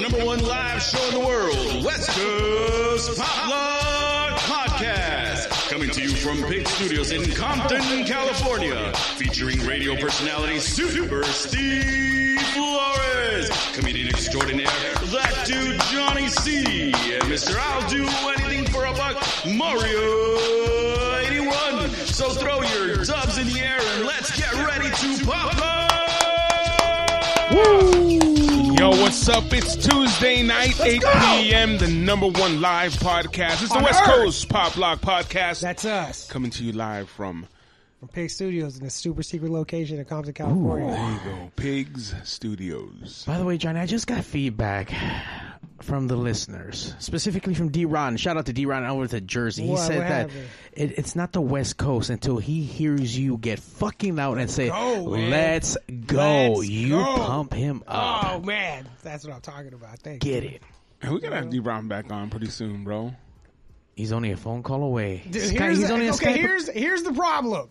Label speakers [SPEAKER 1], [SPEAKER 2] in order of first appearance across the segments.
[SPEAKER 1] number one live show in the world, West Coast Pop Love Podcast. Coming to you from Pig Studios in Compton, California. Featuring radio personality Super Steve Flores, comedian extraordinaire, that dude Johnny C, and Mr. I'll Do Anything for a Buck, Mario 81. So throw your dubs in the air and let's get ready to pop up!
[SPEAKER 2] Yo, what's up? It's Tuesday night, 8 p.m., the number one live podcast. It's the
[SPEAKER 3] On
[SPEAKER 2] West
[SPEAKER 3] Earth.
[SPEAKER 2] Coast Pop Lock Podcast.
[SPEAKER 3] That's us.
[SPEAKER 2] coming to you live from
[SPEAKER 3] From Pig Studios in a super secret location in Compton, California.
[SPEAKER 2] Pigs Studios.
[SPEAKER 4] By the way, Johnny, I just got feedback from the listeners, specifically from D. Ron. Shout out to D. Ron over to Jersey. He
[SPEAKER 3] What-
[SPEAKER 4] said
[SPEAKER 3] what
[SPEAKER 4] that
[SPEAKER 3] happened?
[SPEAKER 4] it, it's not the West Coast until he hears you get fucking loud and say,
[SPEAKER 3] go, man.
[SPEAKER 4] "Let's go."
[SPEAKER 3] Let's
[SPEAKER 4] you
[SPEAKER 3] go.
[SPEAKER 4] pump him up.
[SPEAKER 3] Oh man, that's what I'm talking about. Thank you.
[SPEAKER 4] Get it.
[SPEAKER 2] We're going to have D-Ron back on pretty soon, bro.
[SPEAKER 4] He's only a phone call away.
[SPEAKER 3] Dude,
[SPEAKER 4] Sky-
[SPEAKER 3] here's
[SPEAKER 4] he's
[SPEAKER 3] the,
[SPEAKER 4] only a
[SPEAKER 3] okay,
[SPEAKER 4] Skype-
[SPEAKER 3] here's here's the problem.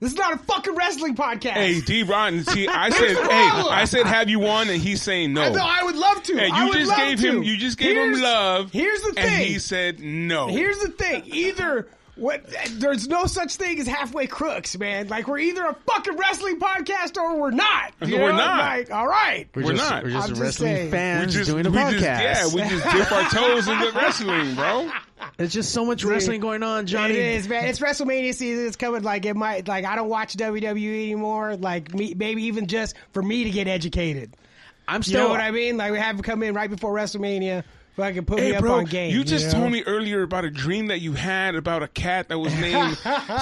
[SPEAKER 3] This is not a fucking wrestling podcast.
[SPEAKER 2] Hey, D-Ron, see, I said,
[SPEAKER 3] the
[SPEAKER 2] hey,
[SPEAKER 3] problem.
[SPEAKER 2] I said have you on, and he's saying no.
[SPEAKER 3] no, I would love to.
[SPEAKER 2] Hey,
[SPEAKER 3] I
[SPEAKER 2] you
[SPEAKER 3] would
[SPEAKER 2] just
[SPEAKER 3] love
[SPEAKER 2] gave
[SPEAKER 3] to.
[SPEAKER 2] him, you just gave
[SPEAKER 3] Here's-
[SPEAKER 2] him love.
[SPEAKER 3] Here's the
[SPEAKER 2] And
[SPEAKER 3] thing.
[SPEAKER 2] he said no.
[SPEAKER 3] Here's the thing. Either what there's no such thing as halfway crooks, man. Like we're either a fucking wrestling podcast or we're not. You
[SPEAKER 2] We're
[SPEAKER 3] know?
[SPEAKER 2] not.
[SPEAKER 3] Like, all right.
[SPEAKER 4] We're,
[SPEAKER 2] We're
[SPEAKER 4] just,
[SPEAKER 2] not.
[SPEAKER 4] We're just
[SPEAKER 3] I'm just
[SPEAKER 4] wrestling
[SPEAKER 3] saying.
[SPEAKER 2] we
[SPEAKER 4] fans
[SPEAKER 2] just,
[SPEAKER 4] doing a
[SPEAKER 2] we
[SPEAKER 4] podcast.
[SPEAKER 2] just, yeah, we just dip our toes into wrestling, bro.
[SPEAKER 4] There's just so much wrestling going on, Johnny.
[SPEAKER 3] It is, man. It's WrestleMania season. It's coming. Like it might. Like I don't watch WWE anymore. Like me, maybe even just for me to get educated.
[SPEAKER 4] I'm
[SPEAKER 3] You
[SPEAKER 4] still.
[SPEAKER 3] know what I mean? Like we have come in right before WrestleMania. Fucking put me
[SPEAKER 2] Hey,
[SPEAKER 3] up
[SPEAKER 2] bro,
[SPEAKER 3] on game.
[SPEAKER 2] you just
[SPEAKER 3] know?
[SPEAKER 2] told me earlier about a dream that you had about a cat that was named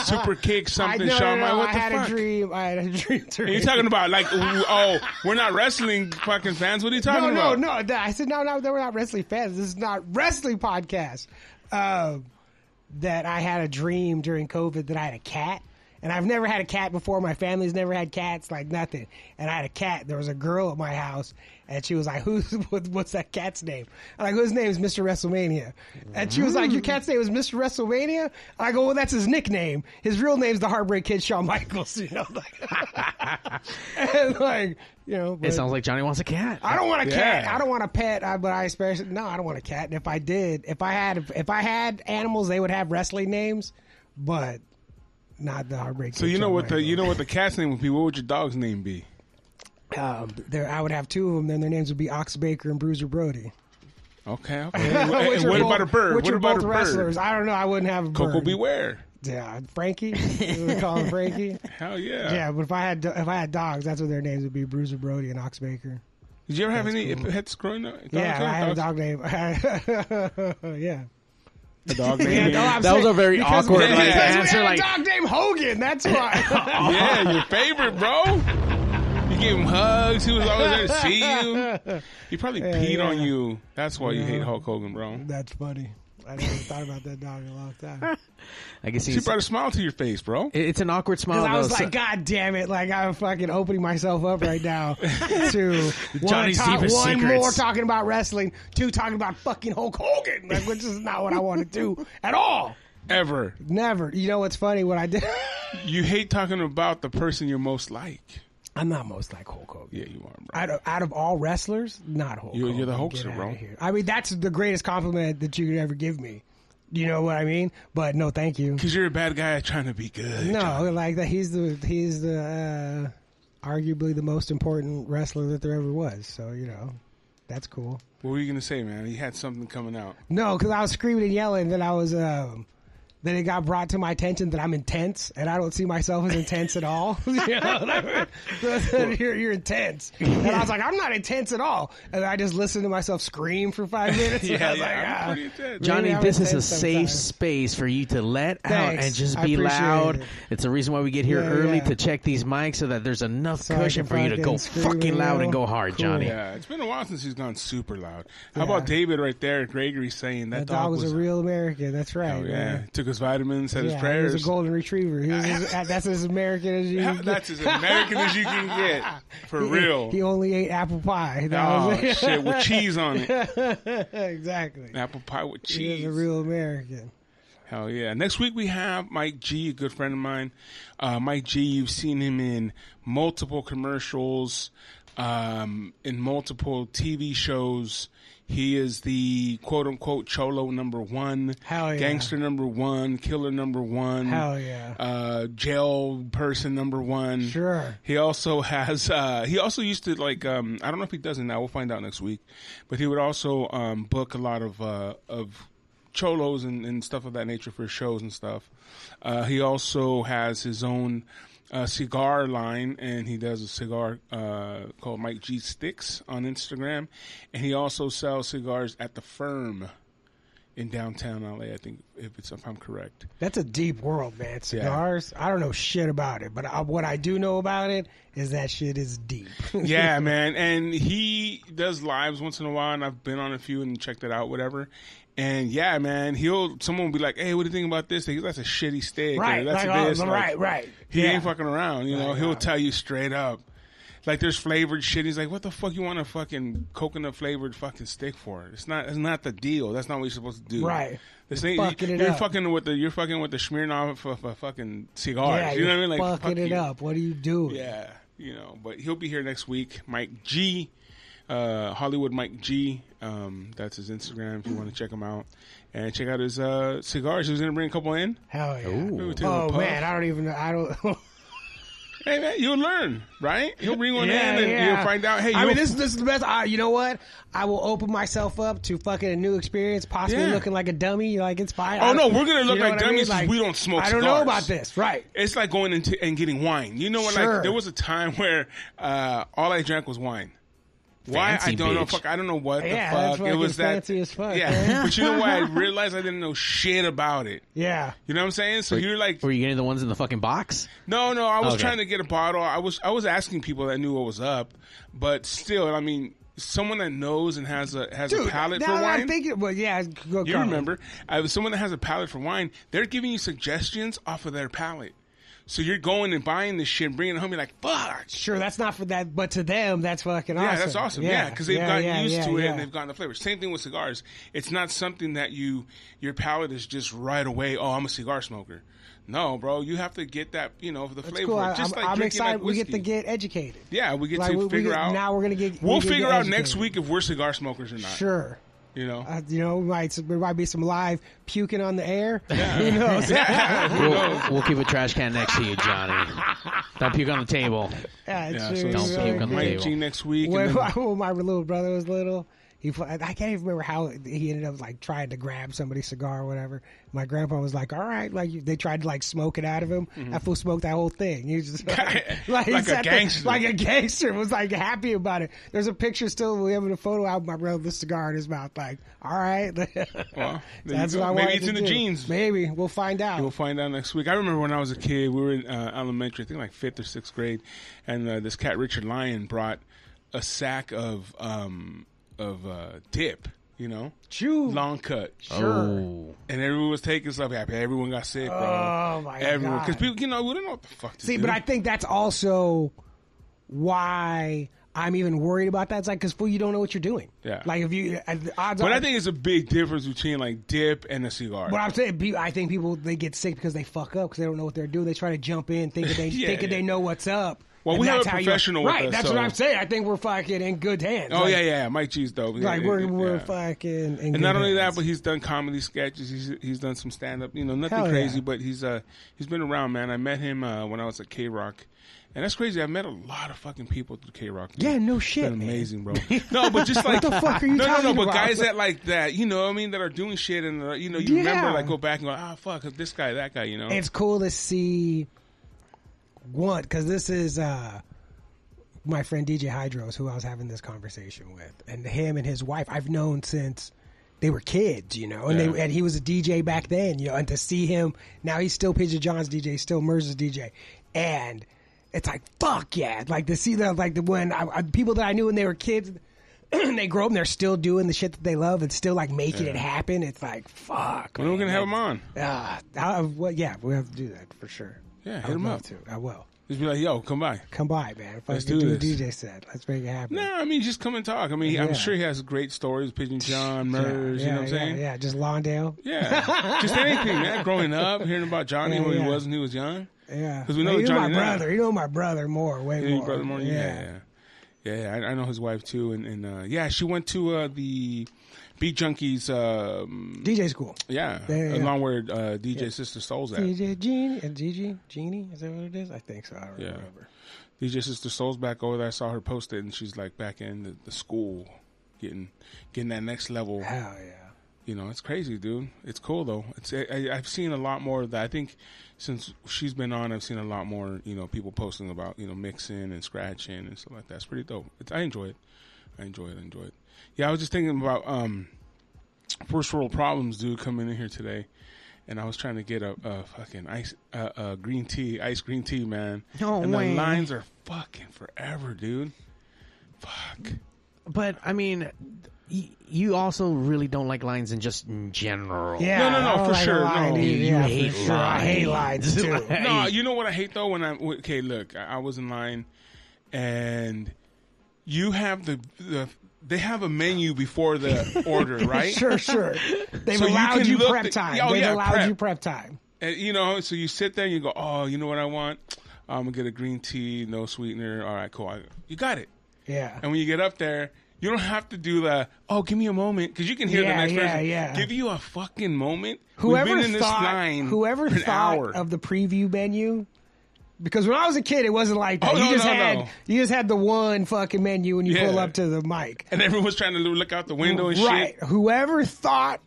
[SPEAKER 2] Super Kick
[SPEAKER 3] I,
[SPEAKER 2] something.
[SPEAKER 3] no, no,
[SPEAKER 2] Sean,
[SPEAKER 3] no,
[SPEAKER 2] I'm like, what
[SPEAKER 3] I
[SPEAKER 2] the
[SPEAKER 3] had
[SPEAKER 2] fuck?
[SPEAKER 3] a dream. I had a dream. To
[SPEAKER 2] You're talking about like, oh, we're not wrestling fucking fans. What are you
[SPEAKER 3] no,
[SPEAKER 2] talking
[SPEAKER 3] no,
[SPEAKER 2] about?
[SPEAKER 3] no, no. I said no, no. We're not wrestling fans. This is not wrestling podcast. Um, that I had a dream during COVID that I had a cat. And I've never had a cat before. My family's never had cats, like nothing. And I had a cat. There was a girl at my house, and she was like, "Who's what, what's that cat's name?" I'm like, "Whose name is Mr. WrestleMania?" And she was like, "Your cat's name is Mr. WrestleMania." I go, "Well, that's his nickname. His real name's the Heartbreak Kid, Shawn Michaels." You know, like, and like you know,
[SPEAKER 4] It
[SPEAKER 3] but-
[SPEAKER 4] sounds like Johnny wants a cat.
[SPEAKER 3] I don't want a
[SPEAKER 2] Yeah.
[SPEAKER 3] cat. I don't want a pet. I, but I especially no. I don't want a cat. And if I did, if I had, if I had animals, they would have wrestling names, but not the heartbreak.
[SPEAKER 2] So you know what the you know what the cat's name would be? What would your dog's name be?
[SPEAKER 3] Um, there, I would have two of them. Then their names would be Ox Baker and Bruiser Brody.
[SPEAKER 2] Okay, okay. And, and
[SPEAKER 3] Which are
[SPEAKER 2] what
[SPEAKER 3] both-
[SPEAKER 2] about a bird?
[SPEAKER 3] Which
[SPEAKER 2] What
[SPEAKER 3] are
[SPEAKER 2] about
[SPEAKER 3] both
[SPEAKER 2] a
[SPEAKER 3] wrestlers?
[SPEAKER 2] bird?
[SPEAKER 3] I don't know. I wouldn't have a
[SPEAKER 2] Coco
[SPEAKER 3] bird.
[SPEAKER 2] beware.
[SPEAKER 3] Yeah, Frankie. We would call him Frankie.
[SPEAKER 2] Hell yeah.
[SPEAKER 3] Yeah, but if I had if I had dogs, that's what their names would be: Bruiser Brody and Ox Baker.
[SPEAKER 2] Did you ever have any pets growing up? Dogs,
[SPEAKER 3] Yeah, I had a
[SPEAKER 2] dogs?
[SPEAKER 3] dog name. yeah.
[SPEAKER 2] A dog
[SPEAKER 3] Yeah,
[SPEAKER 2] name.
[SPEAKER 3] no, I'm
[SPEAKER 4] That was
[SPEAKER 3] saying-
[SPEAKER 4] a very
[SPEAKER 3] because-
[SPEAKER 4] awkward,
[SPEAKER 2] like,
[SPEAKER 3] because
[SPEAKER 4] answer,
[SPEAKER 3] We had
[SPEAKER 4] like-
[SPEAKER 3] a dog named Hogan. That's why.
[SPEAKER 2] yeah, your favorite, bro. You gave him hugs. He was always there to see you. He probably peed
[SPEAKER 3] yeah.
[SPEAKER 2] on you. That's why you hate Hulk Hogan, bro.
[SPEAKER 3] That's funny. I never thought about that dog in a long time.
[SPEAKER 4] I guess
[SPEAKER 2] She
[SPEAKER 4] he's.
[SPEAKER 2] brought a smile to your face, bro.
[SPEAKER 4] It- It's an awkward smile.
[SPEAKER 3] Because I was
[SPEAKER 4] though, Oh, so-
[SPEAKER 3] like, God damn it! Like I'm fucking opening myself up right now to
[SPEAKER 4] Johnny
[SPEAKER 3] one, talk,
[SPEAKER 4] Steven's
[SPEAKER 3] one
[SPEAKER 4] secrets.
[SPEAKER 3] more talking about wrestling, two talking about fucking Hulk Hogan, like, which is not what I want to do at all.
[SPEAKER 2] Ever.
[SPEAKER 3] Never. You know what's funny? What I did?
[SPEAKER 2] You hate talking about the person you're most like.
[SPEAKER 3] I'm not most like Hulk Hogan.
[SPEAKER 2] Yeah, you are, bro.
[SPEAKER 3] Out of, out of all wrestlers, not Hulk.
[SPEAKER 2] You're- you're the
[SPEAKER 3] Hogan. Get
[SPEAKER 2] hoaxer,
[SPEAKER 3] outta
[SPEAKER 2] bro.
[SPEAKER 3] here. I mean, that's the greatest compliment that you could ever give me. You know what I mean? But no, thank you.
[SPEAKER 2] Because you're a bad guy trying to be good.
[SPEAKER 3] No, like that. He's the he's the uh, arguably the most important wrestler that there ever was. So you know, that's cool.
[SPEAKER 2] What were you going to say, man? He had something coming out.
[SPEAKER 3] No, because I was screaming and yelling that I was. Um, then it got brought to my attention that I'm intense, and I don't see myself as intense at all. you know, like, you're, you're intense, and I was like, I'm not intense at all. And I just listened to myself scream for five minutes. and I was like,
[SPEAKER 2] I'm
[SPEAKER 3] ah.
[SPEAKER 2] pretty intense.
[SPEAKER 4] Johnny,
[SPEAKER 3] Maybe I
[SPEAKER 4] this
[SPEAKER 3] would
[SPEAKER 4] is
[SPEAKER 3] say
[SPEAKER 4] a safe
[SPEAKER 3] sometimes.
[SPEAKER 4] space for you to let
[SPEAKER 3] Thanks.
[SPEAKER 4] out and just
[SPEAKER 3] I
[SPEAKER 4] be
[SPEAKER 3] appreciate
[SPEAKER 4] loud.
[SPEAKER 3] it.
[SPEAKER 4] It's the reason why we get here
[SPEAKER 3] Yeah,
[SPEAKER 4] early
[SPEAKER 3] yeah.
[SPEAKER 4] to check these mics so that there's enough
[SPEAKER 3] I can
[SPEAKER 4] cushion for you to
[SPEAKER 3] fucking
[SPEAKER 4] go
[SPEAKER 3] scream
[SPEAKER 4] fucking
[SPEAKER 3] and
[SPEAKER 4] loud
[SPEAKER 3] yell.
[SPEAKER 4] and go hard,
[SPEAKER 3] Cool.
[SPEAKER 4] Johnny.
[SPEAKER 2] Yeah, it's been a while since he's gone super loud. How
[SPEAKER 3] Yeah.
[SPEAKER 2] about David right there, Gregory, saying that,
[SPEAKER 3] That dog was a real American. That's right.
[SPEAKER 2] Oh, yeah.
[SPEAKER 3] man.
[SPEAKER 2] Took his vitamins, said
[SPEAKER 3] Yeah,
[SPEAKER 2] his
[SPEAKER 3] he was
[SPEAKER 2] prayers.
[SPEAKER 3] a golden retriever. He was as, that's as American as you.
[SPEAKER 2] Yeah,
[SPEAKER 3] can
[SPEAKER 2] That's as American as you can get. For real.
[SPEAKER 3] He only ate apple pie. That
[SPEAKER 2] oh,
[SPEAKER 3] was it.
[SPEAKER 2] shit, with cheese on it.
[SPEAKER 3] exactly.
[SPEAKER 2] Apple pie with
[SPEAKER 3] He
[SPEAKER 2] cheese.
[SPEAKER 3] was a real American.
[SPEAKER 2] Hell yeah. Next week we have Mike G, a good friend of mine. Uh, Mike G, you've seen him in multiple commercials, um, in multiple TV shows. He is the quote unquote cholo number one,
[SPEAKER 3] Hell yeah.
[SPEAKER 2] gangster number one, killer number one,
[SPEAKER 3] Hell yeah.
[SPEAKER 2] uh, jail person number one.
[SPEAKER 3] Sure.
[SPEAKER 2] He also has. Uh, he also used to like. Um, I don't know if he does it now. We'll find out next week. But he would also um, book a lot of uh, of cholos and, and stuff of that nature for shows and stuff. Uh, he also has his own uh, cigar line, and he does a cigar uh, called Mike G Sticks on Instagram, and he also sells cigars at the firm. In downtown LA, I think if it's if I'm correct,
[SPEAKER 3] That's a deep world, man. Cigars. I don't know shit about it, but I, what I do know about it is that shit is deep.
[SPEAKER 2] yeah, man. And he does lives once in a while, and I've been on a few and checked it out, whatever. And yeah, man, he'll someone will be like, "Hey, what do you think about this?" They go, that's a shitty stick. or
[SPEAKER 3] right.
[SPEAKER 2] that's
[SPEAKER 3] Like,
[SPEAKER 2] a
[SPEAKER 3] oh,
[SPEAKER 2] this. Like,
[SPEAKER 3] right. Right.
[SPEAKER 2] He
[SPEAKER 3] Yeah.
[SPEAKER 2] ain't fucking around. You know, he'll tell you straight up. Like there's flavored shit. He's like, "What the fuck you want a fucking coconut flavored fucking stick for? It's not. It's not the deal. That's not what you're supposed to do.
[SPEAKER 3] Right.
[SPEAKER 2] This ain't.
[SPEAKER 3] Fucking
[SPEAKER 2] you,
[SPEAKER 3] it
[SPEAKER 2] are
[SPEAKER 3] up.
[SPEAKER 2] fucking with the. You're fucking with the Smirnoff of, of fucking cigars.
[SPEAKER 3] Yeah,
[SPEAKER 2] you know what I mean? Like
[SPEAKER 3] fucking
[SPEAKER 2] fuck
[SPEAKER 3] it
[SPEAKER 2] you.
[SPEAKER 3] up. What are you doing?
[SPEAKER 2] Yeah, you know, but he'll be here next week. Mike G, uh, Hollywood Mike G. Um, that's his Instagram if you want to check him out and check out his uh, cigars. He was gonna bring a couple in.
[SPEAKER 3] Hell yeah.
[SPEAKER 2] Maybe we'll take a
[SPEAKER 3] Oh
[SPEAKER 2] puff.
[SPEAKER 3] man, I don't even. know. I don't.
[SPEAKER 2] Hey man, you'll learn, right? He'll bring one
[SPEAKER 3] Yeah,
[SPEAKER 2] in and
[SPEAKER 3] yeah.
[SPEAKER 2] you'll find out. Hey,
[SPEAKER 3] I
[SPEAKER 2] you'll-
[SPEAKER 3] mean, this, this is the best. I, you know what? I will open myself up to fucking a new experience, possibly
[SPEAKER 2] Yeah.
[SPEAKER 3] looking like a dummy. Like it's fine.
[SPEAKER 2] Oh,
[SPEAKER 3] I-
[SPEAKER 2] no, we're gonna
[SPEAKER 3] you
[SPEAKER 2] look
[SPEAKER 3] know
[SPEAKER 2] like
[SPEAKER 3] what I mean?
[SPEAKER 2] dummies 'cause we don't smoke
[SPEAKER 3] I don't know
[SPEAKER 2] cigars.
[SPEAKER 3] about this, right?
[SPEAKER 2] it's like going into and getting wine. You know what? Like
[SPEAKER 3] Sure.
[SPEAKER 2] there was a time where uh, all I drank was wine. Why
[SPEAKER 4] Fancy
[SPEAKER 2] I don't know.
[SPEAKER 4] bitch.
[SPEAKER 2] Fuck, I don't know what
[SPEAKER 3] Yeah,
[SPEAKER 2] the
[SPEAKER 3] that's
[SPEAKER 2] fuck it was.
[SPEAKER 3] fucking
[SPEAKER 2] That
[SPEAKER 3] fancy as fuck,
[SPEAKER 2] Yeah,
[SPEAKER 3] man.
[SPEAKER 2] but you know why I realized I didn't know shit about it.
[SPEAKER 3] Yeah,
[SPEAKER 2] You know what I'm saying? So you're like,
[SPEAKER 4] Were you getting the ones in the fucking box?
[SPEAKER 2] no, no. I was
[SPEAKER 4] Okay.
[SPEAKER 2] trying to get a bottle. I was, I was asking people that knew what was up, but still, I mean, someone that knows and has a has a
[SPEAKER 3] dude.
[SPEAKER 2] palate
[SPEAKER 3] now
[SPEAKER 2] for
[SPEAKER 3] that
[SPEAKER 2] wine.
[SPEAKER 3] I'm thinking, well, yeah, go,
[SPEAKER 2] you
[SPEAKER 3] go.
[SPEAKER 2] remember? I was someone that has a palate for wine. They're giving you suggestions off of their palate. So you're going and buying this shit, and bringing it home. You're like, fuck.
[SPEAKER 3] Sure, that's not for that, but to them, that's fucking awesome.
[SPEAKER 2] Yeah, that's awesome. Yeah, because they've
[SPEAKER 3] yeah,
[SPEAKER 2] gotten
[SPEAKER 3] yeah,
[SPEAKER 2] used
[SPEAKER 3] yeah,
[SPEAKER 2] to it
[SPEAKER 3] yeah.
[SPEAKER 2] and they've gotten the flavor. Same thing with cigars. It's not something that you your palate is just right away. Oh, I'm a cigar smoker. No, bro, you have to get that. You know, for the
[SPEAKER 3] It's
[SPEAKER 2] flavor.
[SPEAKER 3] cool. I,
[SPEAKER 2] just
[SPEAKER 3] am
[SPEAKER 2] like
[SPEAKER 3] I'm
[SPEAKER 2] drinking
[SPEAKER 3] excited.
[SPEAKER 2] Like
[SPEAKER 3] we get to
[SPEAKER 2] whiskey.
[SPEAKER 3] get educated.
[SPEAKER 2] Yeah, we get
[SPEAKER 3] Like,
[SPEAKER 2] to
[SPEAKER 3] we- we
[SPEAKER 2] figure
[SPEAKER 3] get-
[SPEAKER 2] out.
[SPEAKER 3] now we're gonna get-
[SPEAKER 2] We'll
[SPEAKER 3] we get
[SPEAKER 2] figure out next
[SPEAKER 3] educated.
[SPEAKER 2] week if we're cigar smokers or not.
[SPEAKER 3] Sure.
[SPEAKER 2] You know.
[SPEAKER 3] Uh, you know, might there might be some live puking on the air. Who knows?
[SPEAKER 2] yeah,
[SPEAKER 4] We'll, we'll keep a trash can next to you, Johnny. Don't puke on the table.
[SPEAKER 3] Yeah, it's
[SPEAKER 2] yeah, so,
[SPEAKER 3] really,
[SPEAKER 4] Don't
[SPEAKER 2] so
[SPEAKER 3] really
[SPEAKER 4] puke on
[SPEAKER 3] good.
[SPEAKER 4] the
[SPEAKER 2] Mike
[SPEAKER 4] table.
[SPEAKER 2] G uh, next week. and
[SPEAKER 3] when,
[SPEAKER 2] then-
[SPEAKER 3] when my little brother was little, he fu- I can't even remember how he ended up like trying to grab somebody's cigar or whatever. My grandpa was like, "All right," like you- they tried to like smoke it out of him. I full smoked that whole thing. He was just like, he
[SPEAKER 2] Mm-hmm. Like a
[SPEAKER 3] sat there-
[SPEAKER 2] gangster.
[SPEAKER 3] like a gangster was like happy about it. There's a picture still we have in a photo out of my brother with the cigar in his mouth. Like, all right,
[SPEAKER 2] well, there you
[SPEAKER 3] that's
[SPEAKER 2] go.
[SPEAKER 3] what I
[SPEAKER 2] Maybe
[SPEAKER 3] wanted
[SPEAKER 2] it's
[SPEAKER 3] to
[SPEAKER 2] in
[SPEAKER 3] do.
[SPEAKER 2] the jeans.
[SPEAKER 3] Maybe we'll find out.
[SPEAKER 2] We'll find out next week. I remember when I was a kid, we were in uh, elementary, I think like fifth or sixth grade, and uh, this cat Richard Lyon brought a sack of um, of uh, dip, you know,
[SPEAKER 3] Chew.
[SPEAKER 2] long cut,
[SPEAKER 4] Oh.
[SPEAKER 2] and everyone was taking stuff. Happy, everyone got sick, bro.
[SPEAKER 3] Oh, my
[SPEAKER 2] everyone, because
[SPEAKER 3] God.
[SPEAKER 2] people, you know, we don't know what the fuck to
[SPEAKER 3] See,
[SPEAKER 2] do.
[SPEAKER 3] but I think that's also why I'm even worried about that. It's like because fool, you don't know what you're doing.
[SPEAKER 2] Yeah.
[SPEAKER 3] Like if you, uh, the odds
[SPEAKER 2] But
[SPEAKER 3] are.
[SPEAKER 2] I think it's a big difference between like dip and a cigar.
[SPEAKER 3] But I'm saying, be- I think people they get sick because they fuck up because they don't know what they're doing. They try to jump in thinking they
[SPEAKER 2] Yeah,
[SPEAKER 3] thinking
[SPEAKER 2] yeah.
[SPEAKER 3] they know what's up.
[SPEAKER 2] Well,
[SPEAKER 3] and
[SPEAKER 2] we have
[SPEAKER 3] that's
[SPEAKER 2] a
[SPEAKER 3] how you-
[SPEAKER 2] professional with
[SPEAKER 3] right?
[SPEAKER 2] us,
[SPEAKER 3] that's
[SPEAKER 2] so-
[SPEAKER 3] what I'm saying. I think we're fucking in good hands.
[SPEAKER 2] oh
[SPEAKER 3] Like-
[SPEAKER 2] yeah, yeah, Mike G's dope. Yeah,
[SPEAKER 3] Like we're
[SPEAKER 2] yeah.
[SPEAKER 3] we're fucking. In good
[SPEAKER 2] And not only that,
[SPEAKER 3] hands.
[SPEAKER 2] but he's done comedy sketches. He's he's done some stand up. You know, nothing
[SPEAKER 3] Hell yeah.
[SPEAKER 2] crazy, but he's uh he's been around, man. I met him uh, when I was at K Rock, and that's crazy. I met a lot of fucking people through K Rock.
[SPEAKER 3] yeah, no
[SPEAKER 2] It's
[SPEAKER 3] shit,
[SPEAKER 2] been
[SPEAKER 3] man.
[SPEAKER 2] amazing, bro. No, but just like
[SPEAKER 3] What the fuck are you
[SPEAKER 2] no, no, no.
[SPEAKER 3] talking
[SPEAKER 2] But
[SPEAKER 3] about?
[SPEAKER 2] guys that like that, you know, what I mean, that are doing shit, and uh, you know, you remember,
[SPEAKER 3] Yeah.
[SPEAKER 2] like, go back and go, ah, fuck, this guy, that guy, you know.
[SPEAKER 3] it's cool to see one because this is uh my friend DJ Hydros who I was having this conversation with, and him and his wife I've known since they were kids, you know, and
[SPEAKER 2] Yeah.
[SPEAKER 3] they and he was a DJ back then, you know, and to see him now he's still Pigeon John's DJ, still Merz's DJ, and it's like fuck yeah, like to see them like the when I, I, people that I knew when they were kids. And they grow up and they're still doing the shit that they love and still like making it happen. It's like, fuck.
[SPEAKER 2] when are we
[SPEAKER 3] man,
[SPEAKER 2] gonna have
[SPEAKER 3] like-
[SPEAKER 2] him on?
[SPEAKER 3] uh, I, well, yeah, we have to do that for sure.
[SPEAKER 2] Yeah,
[SPEAKER 3] I
[SPEAKER 2] hit
[SPEAKER 3] would
[SPEAKER 2] him
[SPEAKER 3] love
[SPEAKER 2] up.
[SPEAKER 3] To. I will.
[SPEAKER 2] Just be like, yo, come by.
[SPEAKER 3] Come by, man. If
[SPEAKER 2] Let's
[SPEAKER 3] I could
[SPEAKER 2] do
[SPEAKER 3] do
[SPEAKER 2] this.
[SPEAKER 3] DJ set. Let's make it happen.
[SPEAKER 2] No, I mean, just come and talk. I mean,
[SPEAKER 3] Yeah.
[SPEAKER 2] I'm sure he has great stories, Pigeon John, murders, you know what I'm
[SPEAKER 3] yeah,
[SPEAKER 2] saying?
[SPEAKER 3] Yeah, just Lawndale.
[SPEAKER 2] Yeah. just anything, man. Growing up, hearing about Johnny
[SPEAKER 3] Yeah,
[SPEAKER 2] when
[SPEAKER 3] yeah.
[SPEAKER 2] he was when he was young.
[SPEAKER 3] Yeah,
[SPEAKER 2] 'Cause we know
[SPEAKER 3] Well, you know my
[SPEAKER 2] Johnny now.
[SPEAKER 3] brother. You know my brother more, way
[SPEAKER 2] Yeah,
[SPEAKER 3] more.
[SPEAKER 2] brother Morning. Yeah, yeah, yeah. I, I know his wife too, and, and uh, yeah, she went to uh, the Beat Junkies. Um,
[SPEAKER 3] DJ school.
[SPEAKER 2] yeah,
[SPEAKER 3] Yeah, yeah.
[SPEAKER 2] along where uh, DJ Sister Soul's at.
[SPEAKER 3] DJ Genie, uh, Gigi, Genie, is that what it is? I think so. I don't
[SPEAKER 2] Yeah.
[SPEAKER 3] remember.
[SPEAKER 2] DJ Sister Soul's back over there. I saw her post it, and she's like back in the, the school, getting getting that next level.
[SPEAKER 3] Hell yeah.
[SPEAKER 2] You know, it's crazy, dude. It's cool though. It's I, I- I've seen a lot more of that. I think since she's been on, I've seen a lot more. You know, people posting about you know mixing and scratching and stuff like that. It's pretty dope. It's, I enjoy it. I enjoy it. I enjoy it. Yeah, I was just thinking about um, first world problems, dude, coming in here today, and I was trying to get a, a fucking ice, uh, uh, green tea, ice green tea, man.
[SPEAKER 4] No
[SPEAKER 2] and
[SPEAKER 4] way.
[SPEAKER 2] the lines are fucking forever, dude. Fuck.
[SPEAKER 4] But I mean, y- you also really don't like lines in just in general.
[SPEAKER 3] Yeah.
[SPEAKER 2] No, no, no,
[SPEAKER 3] I don't
[SPEAKER 2] for
[SPEAKER 3] like a
[SPEAKER 2] sure,
[SPEAKER 3] line
[SPEAKER 2] no.
[SPEAKER 3] either.
[SPEAKER 4] You
[SPEAKER 3] yeah,
[SPEAKER 4] hate
[SPEAKER 3] for sure. I hate lines
[SPEAKER 4] lines.
[SPEAKER 3] too.
[SPEAKER 2] No,
[SPEAKER 4] Hey.
[SPEAKER 2] you know what I hate though when I okay, look, I, I was in line, and you have the the they have a menu before the order, right?
[SPEAKER 3] sure, sure. They've
[SPEAKER 2] So you
[SPEAKER 3] allowed
[SPEAKER 2] can
[SPEAKER 3] you,
[SPEAKER 2] look
[SPEAKER 3] prep
[SPEAKER 2] the-
[SPEAKER 3] time.
[SPEAKER 2] Oh,
[SPEAKER 3] They've
[SPEAKER 2] yeah,
[SPEAKER 3] allowed
[SPEAKER 2] prep.
[SPEAKER 3] you prep time.
[SPEAKER 2] And, you know, so you sit there and you go, oh, you know what I want? I'm gonna get a green tea, no sweetener. All right, cool. I, you got it.
[SPEAKER 3] Yeah.
[SPEAKER 2] And when you get up there, you don't have to do the oh, give me a moment because you can hear
[SPEAKER 3] Yeah,
[SPEAKER 2] the next
[SPEAKER 3] yeah,
[SPEAKER 2] person.
[SPEAKER 3] yeah.
[SPEAKER 2] Give you a fucking moment. We've
[SPEAKER 3] Whoever
[SPEAKER 2] been in
[SPEAKER 3] thought,
[SPEAKER 2] this line
[SPEAKER 3] whoever
[SPEAKER 2] for an
[SPEAKER 3] thought
[SPEAKER 2] hour.
[SPEAKER 3] of the preview menu, because when I was a kid, it wasn't like that.
[SPEAKER 2] Oh,
[SPEAKER 3] you
[SPEAKER 2] no,
[SPEAKER 3] just
[SPEAKER 2] no,
[SPEAKER 3] had
[SPEAKER 2] no.
[SPEAKER 3] you just had the one fucking menu when you
[SPEAKER 2] Yeah.
[SPEAKER 3] pull up to the mic.
[SPEAKER 2] and everyone's trying to look out the window and
[SPEAKER 3] Right.
[SPEAKER 2] shit.
[SPEAKER 3] Whoever thought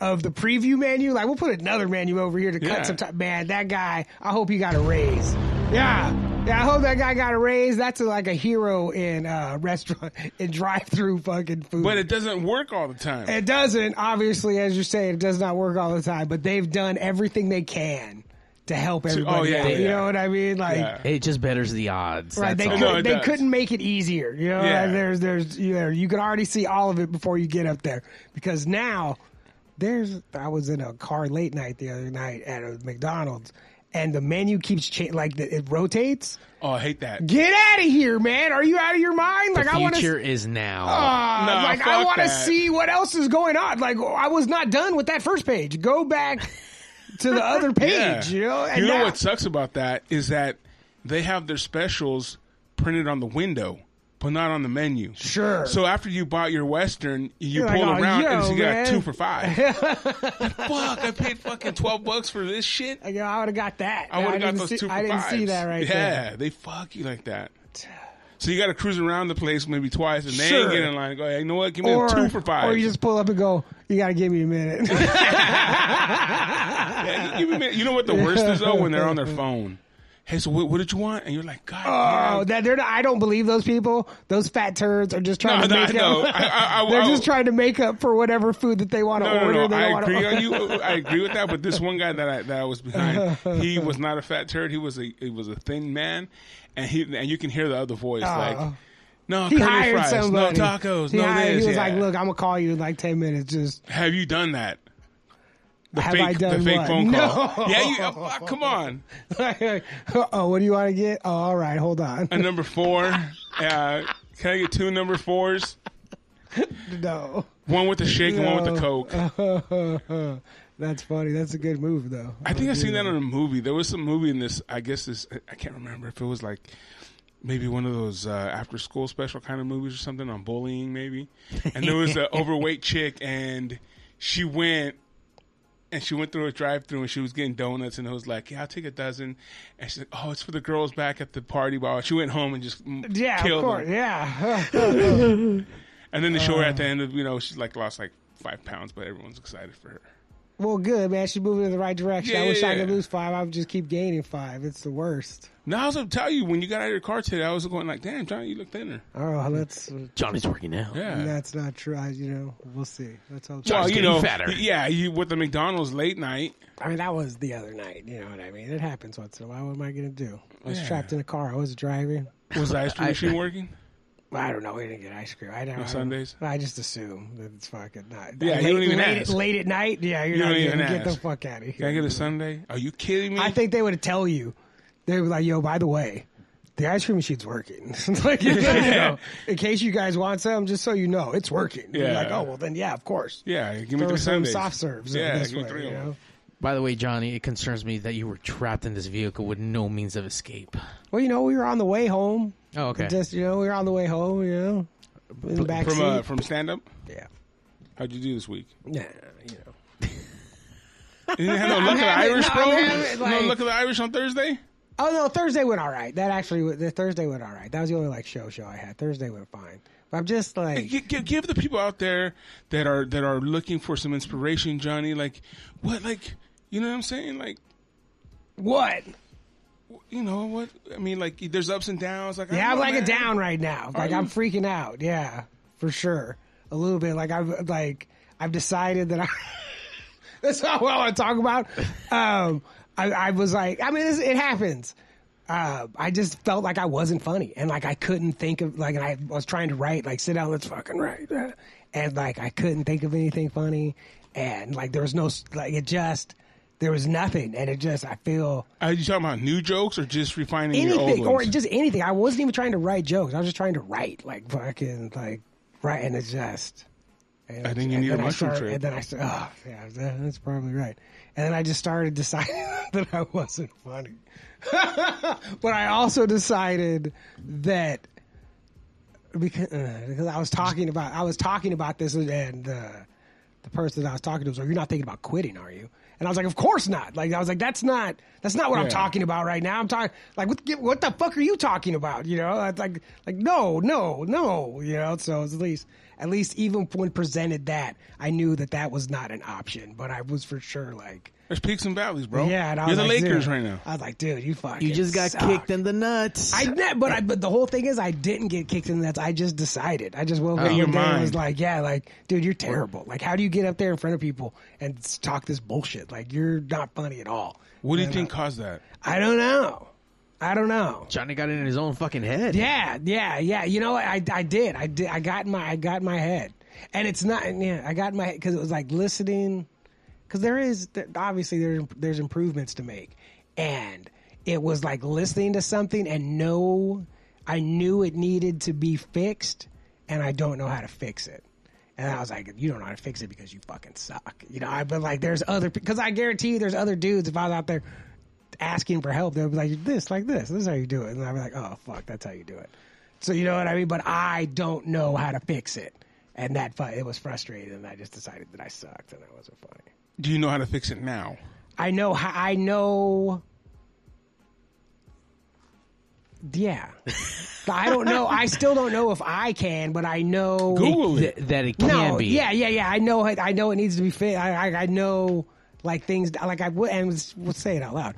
[SPEAKER 3] of the preview menu, like we'll put another menu over here to cut
[SPEAKER 2] Yeah.
[SPEAKER 3] some time. Man, that guy, I hope he got a raise. Yeah. Yeah, I hope that guy got a raise. That's like a hero in uh restaurant in drive through fucking food.
[SPEAKER 2] But it doesn't work all the time.
[SPEAKER 3] It doesn't, obviously, as you're saying, it does not work all the time, but they've done everything they can to help everybody.
[SPEAKER 2] oh, yeah,
[SPEAKER 3] out,
[SPEAKER 2] yeah,
[SPEAKER 3] You
[SPEAKER 2] yeah.
[SPEAKER 3] know what I mean? Like,
[SPEAKER 2] Yeah.
[SPEAKER 4] It just betters the odds.
[SPEAKER 3] right, they,
[SPEAKER 4] That's
[SPEAKER 3] could,
[SPEAKER 4] all.
[SPEAKER 2] No, it
[SPEAKER 3] they
[SPEAKER 2] does.
[SPEAKER 3] couldn't make it easier. You know,
[SPEAKER 2] Yeah.
[SPEAKER 3] Like, there's, there's, you know, you can already see all of it before you get up there because now there's, I was in a car late night the other night at a McDonald's and the menu keeps changing, like the, it rotates.
[SPEAKER 2] oh, I hate that.
[SPEAKER 3] Get out of here, man. Are you out of your mind? Like, I
[SPEAKER 4] the
[SPEAKER 3] want to.
[SPEAKER 4] future is now.
[SPEAKER 3] Uh,
[SPEAKER 2] Nah,
[SPEAKER 3] like I
[SPEAKER 2] fuck
[SPEAKER 3] want to
[SPEAKER 2] that.
[SPEAKER 3] see what else is going on. Like I was not done with that first page. Go back to the other page. You know, and
[SPEAKER 2] You know
[SPEAKER 3] now-
[SPEAKER 2] what sucks about that is that they have their specials printed on the window, but not on the menu.
[SPEAKER 3] Sure.
[SPEAKER 2] So after you bought your Western, you
[SPEAKER 3] You're
[SPEAKER 2] pull
[SPEAKER 3] like, "Oh,
[SPEAKER 2] around
[SPEAKER 3] yo,
[SPEAKER 2] and you
[SPEAKER 3] man."
[SPEAKER 2] got two for five. Like, Fuck! I paid fucking twelve bucks for this shit.
[SPEAKER 3] Like, yo, I would have got that.
[SPEAKER 2] I would have got
[SPEAKER 3] didn't
[SPEAKER 2] those
[SPEAKER 3] see,
[SPEAKER 2] two for
[SPEAKER 3] I didn't see
[SPEAKER 2] fives.
[SPEAKER 3] that right
[SPEAKER 2] yeah,
[SPEAKER 3] there.
[SPEAKER 2] they fuck you like that. So you got to cruise around the place maybe twice, and then
[SPEAKER 3] Sure.
[SPEAKER 2] get in line. And go, hey, you know what? Give me a two for five.
[SPEAKER 3] or you just pull up and go. You got to give me a minute.
[SPEAKER 2] Yeah, give me a minute. You know what the worst is though when they're on their phone. Hey, so what, what did you want? And you're like, God. damn.
[SPEAKER 3] oh, that they're. Not, I don't believe those people. Those fat turds are just trying
[SPEAKER 2] No,
[SPEAKER 3] to
[SPEAKER 2] no,
[SPEAKER 3] make
[SPEAKER 2] no.
[SPEAKER 3] up.
[SPEAKER 2] I- I- I-
[SPEAKER 3] they're
[SPEAKER 2] I-
[SPEAKER 3] just trying to make up for whatever food that they want to
[SPEAKER 2] No,
[SPEAKER 3] order.
[SPEAKER 2] no,
[SPEAKER 3] They
[SPEAKER 2] no.
[SPEAKER 3] don't
[SPEAKER 2] I
[SPEAKER 3] wanna-
[SPEAKER 2] agree on you. I agree with that. But this one guy that I that I was behind, he was not a fat turd. He was a he was a thin man, and he and you can hear the other voice like, no,
[SPEAKER 3] Oh. He
[SPEAKER 2] curly
[SPEAKER 3] hired
[SPEAKER 2] fries,
[SPEAKER 3] somebody.
[SPEAKER 2] no tacos,
[SPEAKER 3] He,
[SPEAKER 2] no
[SPEAKER 3] hired-
[SPEAKER 2] this.
[SPEAKER 3] he was
[SPEAKER 2] yeah.
[SPEAKER 3] like, "Look, I'm gonna call you in like ten minutes. Just
[SPEAKER 2] have you done that? The
[SPEAKER 3] Have
[SPEAKER 2] fake,
[SPEAKER 3] I done
[SPEAKER 2] the fake
[SPEAKER 3] what?
[SPEAKER 2] phone call?
[SPEAKER 3] No.
[SPEAKER 2] Yeah, you, oh, fuck, come on.
[SPEAKER 3] oh, what do you want to get? Oh, all right, hold on.
[SPEAKER 2] And number four, uh, can I get two number fours?
[SPEAKER 3] no,
[SPEAKER 2] One with the shake, and one with the
[SPEAKER 3] No.
[SPEAKER 2] coke.
[SPEAKER 3] that's funny. That's a good move, though.
[SPEAKER 2] I think I seen that on a movie. There was some movie in this. I guess this. I can't remember if it was like maybe one of those uh, after school special kind of movies or something on bullying, maybe. And there was an overweight chick, and she went. And she went through a drive-through, and she was getting donuts, and it was like, "Yeah, I'll take a dozen." And she's like, "Oh, it's for the girls back at the party bar." She went home and just mm,
[SPEAKER 3] Yeah,
[SPEAKER 2] killed
[SPEAKER 3] of course.
[SPEAKER 2] them.
[SPEAKER 3] Yeah,
[SPEAKER 2] And then they show her at the
[SPEAKER 3] Uh.
[SPEAKER 2] end of you know she's like lost like five pounds, but everyone's excited for her.
[SPEAKER 3] well, good man. She's moving in the right direction. I
[SPEAKER 2] Yeah,
[SPEAKER 3] wish I
[SPEAKER 2] yeah.
[SPEAKER 3] could lose five. I would just keep gaining five. It's the worst.
[SPEAKER 2] Now I was gonna tell you when you got out of your car today, I was going like, "Damn, Johnny, you look thinner."
[SPEAKER 3] Oh, let's.
[SPEAKER 4] Johnny's working now.
[SPEAKER 2] Yeah,
[SPEAKER 3] That's not true. I, you know, we'll see. Let's hope.
[SPEAKER 2] Well,
[SPEAKER 4] It's
[SPEAKER 2] you
[SPEAKER 4] getting
[SPEAKER 2] know,
[SPEAKER 4] fatter.
[SPEAKER 2] yeah, you with the McDonald's late night.
[SPEAKER 3] I mean, that was the other night. You know what I mean? It happens once in a while. What am I gonna do? I was
[SPEAKER 2] Yeah.
[SPEAKER 3] trapped in a car. I was driving.
[SPEAKER 2] Was the ice cream machine working?
[SPEAKER 3] I don't know. We didn't get ice cream. I don't.
[SPEAKER 2] Sundays?
[SPEAKER 3] I just assume that it's fucking not.
[SPEAKER 2] Yeah, you
[SPEAKER 3] late,
[SPEAKER 2] don't even
[SPEAKER 3] late,
[SPEAKER 2] ask.
[SPEAKER 3] Late at night. Yeah, you're
[SPEAKER 2] You
[SPEAKER 3] not
[SPEAKER 2] don't
[SPEAKER 3] getting,
[SPEAKER 2] even
[SPEAKER 3] get the
[SPEAKER 2] ask.
[SPEAKER 3] fuck out of
[SPEAKER 2] Can I
[SPEAKER 3] here.
[SPEAKER 2] get a Sunday? Are you kidding me?
[SPEAKER 3] I think they would tell you. they were like, "Yo, by the way, the ice cream machine's working. like, you know, in case you guys want some, just so you know, it's working." You're
[SPEAKER 2] Yeah.
[SPEAKER 3] like, "Oh, well, then yeah, of course."
[SPEAKER 2] Yeah, give me
[SPEAKER 3] Throw
[SPEAKER 2] three
[SPEAKER 3] some
[SPEAKER 2] Sundays.
[SPEAKER 3] soft serves. in
[SPEAKER 2] Yeah,
[SPEAKER 3] this
[SPEAKER 2] give me
[SPEAKER 3] way,
[SPEAKER 2] three
[SPEAKER 3] you
[SPEAKER 2] of them.
[SPEAKER 3] know?
[SPEAKER 4] By the way, Johnny, it concerns me that you were trapped in this vehicle with no means of escape.
[SPEAKER 3] Well, you know, we were on the way home.
[SPEAKER 4] Oh, okay.
[SPEAKER 3] Just you know, we were on the way home. You know, in the back
[SPEAKER 2] From
[SPEAKER 3] seat.
[SPEAKER 2] uh, from stand up,
[SPEAKER 3] yeah,
[SPEAKER 2] how'd you do this week?
[SPEAKER 3] yeah, you know.
[SPEAKER 2] You didn't have no luck at
[SPEAKER 3] having-
[SPEAKER 2] the Irish,
[SPEAKER 3] no,
[SPEAKER 2] bro.
[SPEAKER 3] I'm having, like-
[SPEAKER 2] no luck at the Irish on Thursday.
[SPEAKER 3] Oh no, Thursday went all right. That actually, wa- the Thursday went all right. That was the only like show show I had. Thursday went fine. But I'm just like,
[SPEAKER 2] Give, give, give the people out there that are that are looking for some inspiration, Johnny. Like what? Like you know what I'm saying? Like
[SPEAKER 3] what?
[SPEAKER 2] you know what? I mean, like there's ups and downs. Like I
[SPEAKER 3] Yeah,
[SPEAKER 2] don't
[SPEAKER 3] I'm
[SPEAKER 2] know,
[SPEAKER 3] like
[SPEAKER 2] man.
[SPEAKER 3] a down right now. Like
[SPEAKER 2] you?
[SPEAKER 3] I'm freaking out. Yeah, for sure, a little bit. Like I've like I've decided that I. that's not what I want to talk about. Um, I, I was like, I mean, it's, it happens. Uh, I just felt like I wasn't funny, and like I couldn't think of like, and I was trying to write like, sit down, let's fucking write, uh, and like I couldn't think of anything funny, and like there was no s- like it just there was nothing, and it just I feel
[SPEAKER 2] Are you talking about new jokes or just refining your old
[SPEAKER 3] anything or
[SPEAKER 2] ones?
[SPEAKER 3] just anything. I wasn't even trying to write jokes. I was just trying to write, like fucking, like write and adjust. And
[SPEAKER 2] I think you
[SPEAKER 3] and
[SPEAKER 2] need
[SPEAKER 3] then
[SPEAKER 2] a
[SPEAKER 3] I
[SPEAKER 2] mushroom
[SPEAKER 3] started-
[SPEAKER 2] trip.
[SPEAKER 3] And then I said, "Oh, yeah, that- that's probably right." And then I just started deciding that I wasn't funny, but I also decided that because, uh, because I was talking about I was talking about this and uh, the person that I was talking to was like, "You're not thinking about quitting, are you?" And I was like, "Of course not." Like I was like, "That's not that's not what I'm
[SPEAKER 2] Yeah.
[SPEAKER 3] talking about right now. I'm talking like what the- what the fuck are you talking about? You know, I was like like no no no you know. So it's at least at least even when presented that, I knew that that was not an option, but I was for sure like.
[SPEAKER 2] There's peaks and valleys, bro.
[SPEAKER 3] Yeah, and I
[SPEAKER 2] Oh, you're
[SPEAKER 3] was
[SPEAKER 2] the
[SPEAKER 3] like,
[SPEAKER 2] Lakers
[SPEAKER 3] dude.
[SPEAKER 2] right now.
[SPEAKER 3] I was like, dude, you fucking.
[SPEAKER 4] you just got
[SPEAKER 3] suck.
[SPEAKER 4] kicked in the nuts.
[SPEAKER 3] I did, but I but the whole thing is I didn't get kicked in the nuts. I just decided. I just woke up
[SPEAKER 2] Oh. your
[SPEAKER 3] one day and
[SPEAKER 2] mind.
[SPEAKER 3] was like, yeah, like dude, you're terrible. Like, how do you get up there in front of people and s- talk this bullshit? Like, you're not funny at all.
[SPEAKER 2] What do you think caused that?
[SPEAKER 3] I don't know. I don't know.
[SPEAKER 4] Johnny got it in his own fucking head.
[SPEAKER 3] Yeah, yeah, yeah. You know, what? I I did. I did. I got in my I got in my head, and it's not. Yeah, I got in my head because it was like listening, because there is there, obviously there's there's improvements to make, and it was like listening to something and no, I knew it needed to be fixed, and I don't know how to fix it. And I was like, you don't know how to fix it because you fucking suck. You know, I but like there's other because I guarantee you there's other dudes if I was out there asking for help, they would be like, this, like this, this is how you do it. And I'd be like, oh, fuck, that's how you do it. So you know what I mean? But I don't know how to fix it. And that, fu- it was frustrating. And I just decided that I sucked and I wasn't funny.
[SPEAKER 2] Do you know how to fix it now?
[SPEAKER 3] I know, how- I know. Yeah. I don't know. I still don't know if I can, but I know.
[SPEAKER 2] Google
[SPEAKER 4] Th-
[SPEAKER 2] it.
[SPEAKER 4] that it can
[SPEAKER 3] No,
[SPEAKER 4] be.
[SPEAKER 3] yeah, yeah, yeah. I know, it- I know it needs to be fit. I, I, I know, like things, like I would, and let's, let's say it out loud.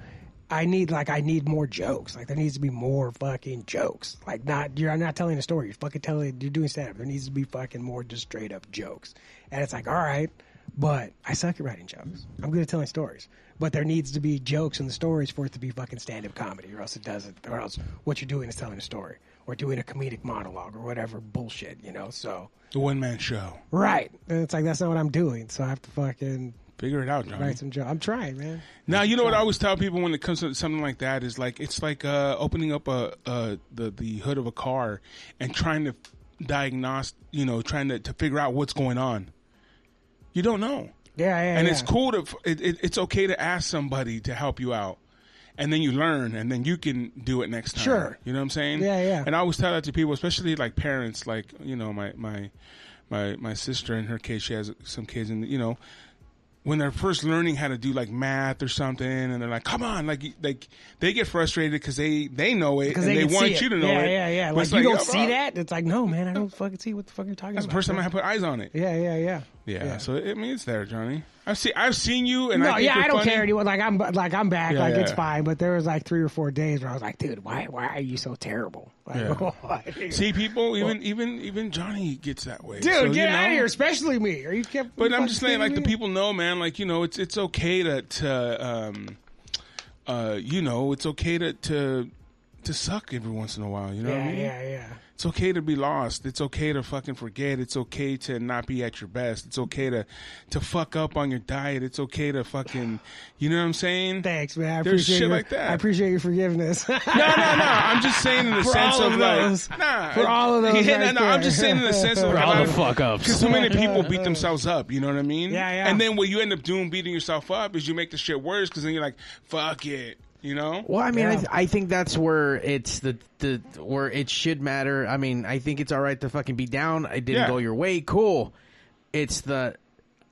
[SPEAKER 3] I need, like, I need more jokes. Like, there needs to be more fucking jokes. Like, not you're not telling a story. You're fucking telling. You're doing stand up. There needs to be fucking more just straight up jokes. And it's like, all right, but I suck at writing jokes. I'm good at telling stories, but there needs to be jokes in the stories for it to be fucking stand up comedy, or else it doesn't. Or else what you're doing is telling a story, or doing a comedic monologue, or whatever bullshit, you know. So.
[SPEAKER 2] The one man show.
[SPEAKER 3] Right. And it's like that's not what I'm doing, so I have to fucking
[SPEAKER 2] Figure it out, Johnny.
[SPEAKER 3] write some jokes. I'm trying, man.
[SPEAKER 2] Now you know what I always tell people when it comes to something like that is like it's like uh, opening up a, a the the hood of a car and trying to diagnose, you know, trying to, to figure out what's going on. You don't know,
[SPEAKER 3] Yeah, yeah.
[SPEAKER 2] and
[SPEAKER 3] yeah.
[SPEAKER 2] it's cool to f- it, it, it's okay to ask somebody to help you out, and then you learn, and then you can do it next time.
[SPEAKER 3] Sure.
[SPEAKER 2] you know what I'm saying?
[SPEAKER 3] Yeah, yeah.
[SPEAKER 2] And I always tell that to people, especially like parents, like you know my my my my sister in her case, she has some kids, and you know when they're first learning how to do like math or something, and they're like, "Come on!" Like, you- like they get frustrated because they they know it and
[SPEAKER 3] 'Cause
[SPEAKER 2] they,
[SPEAKER 3] can see
[SPEAKER 2] want
[SPEAKER 3] it.
[SPEAKER 2] you to know
[SPEAKER 3] yeah,
[SPEAKER 2] it.
[SPEAKER 3] Yeah, yeah,
[SPEAKER 2] But
[SPEAKER 3] Like
[SPEAKER 2] it's
[SPEAKER 3] you don't
[SPEAKER 2] "Yo,
[SPEAKER 3] see
[SPEAKER 2] bro,
[SPEAKER 3] that? It's like, no, man, I don't fucking see what the fuck you're talking
[SPEAKER 2] That's the
[SPEAKER 3] about.
[SPEAKER 2] first time I have put eyes on it. Yeah,
[SPEAKER 3] Yeah, yeah, yeah.
[SPEAKER 2] so I mean, it's there, Johnny. I've seen I've seen you, and I
[SPEAKER 3] No,
[SPEAKER 2] think
[SPEAKER 3] yeah,
[SPEAKER 2] you're
[SPEAKER 3] I don't
[SPEAKER 2] funny.
[SPEAKER 3] care anymore. Like I'm, like I'm back.
[SPEAKER 2] Yeah,
[SPEAKER 3] like
[SPEAKER 2] yeah.
[SPEAKER 3] it's fine. But there was like three or four days where I was like, dude, why, why are you so terrible? Like,
[SPEAKER 2] Yeah.
[SPEAKER 3] why?
[SPEAKER 2] See, people, even even even Johnny gets that way.
[SPEAKER 3] dude,
[SPEAKER 2] So,
[SPEAKER 3] get
[SPEAKER 2] you
[SPEAKER 3] out of
[SPEAKER 2] know.
[SPEAKER 3] here, especially me. Are you kept?
[SPEAKER 2] But I'm
[SPEAKER 3] fucking
[SPEAKER 2] just saying,
[SPEAKER 3] kidding
[SPEAKER 2] like the
[SPEAKER 3] me?
[SPEAKER 2] people know, man. Like you know, it's it's okay to to um, uh, you know, it's okay to to to suck every once in a while. You know what I
[SPEAKER 3] Yeah,
[SPEAKER 2] mean?
[SPEAKER 3] yeah, yeah.
[SPEAKER 2] It's okay to be lost. It's okay to fucking forget. It's okay to not be at your best. It's okay to to fuck up on your diet. It's okay to fucking, you know what I'm saying?
[SPEAKER 3] Thanks, man. I
[SPEAKER 2] There's
[SPEAKER 3] appreciate
[SPEAKER 2] shit
[SPEAKER 3] your-
[SPEAKER 2] like that.
[SPEAKER 3] I appreciate your forgiveness.
[SPEAKER 2] No, no, no. I'm just saying in the
[SPEAKER 3] For
[SPEAKER 2] sense
[SPEAKER 3] all
[SPEAKER 2] of,
[SPEAKER 3] of those.
[SPEAKER 2] like, nah.
[SPEAKER 3] For all of those
[SPEAKER 2] Yeah,
[SPEAKER 3] right
[SPEAKER 2] no, no. I'm
[SPEAKER 3] there.
[SPEAKER 2] just saying in the sense of
[SPEAKER 3] For
[SPEAKER 2] like,
[SPEAKER 4] all the
[SPEAKER 2] I-
[SPEAKER 4] fuck ups.
[SPEAKER 2] Because so many people beat themselves up, you know what I mean?
[SPEAKER 3] Yeah, yeah.
[SPEAKER 2] And then what you end up doing, beating yourself up, is you make the shit worse. Because then you're like, fuck it, you know?
[SPEAKER 4] Well, I mean, I,
[SPEAKER 3] Yeah.
[SPEAKER 4] th- I think that's where it's the the where it should matter. I mean, I think it's all right to fucking be down. I didn't
[SPEAKER 2] Yeah.
[SPEAKER 4] go your way. Cool. It's the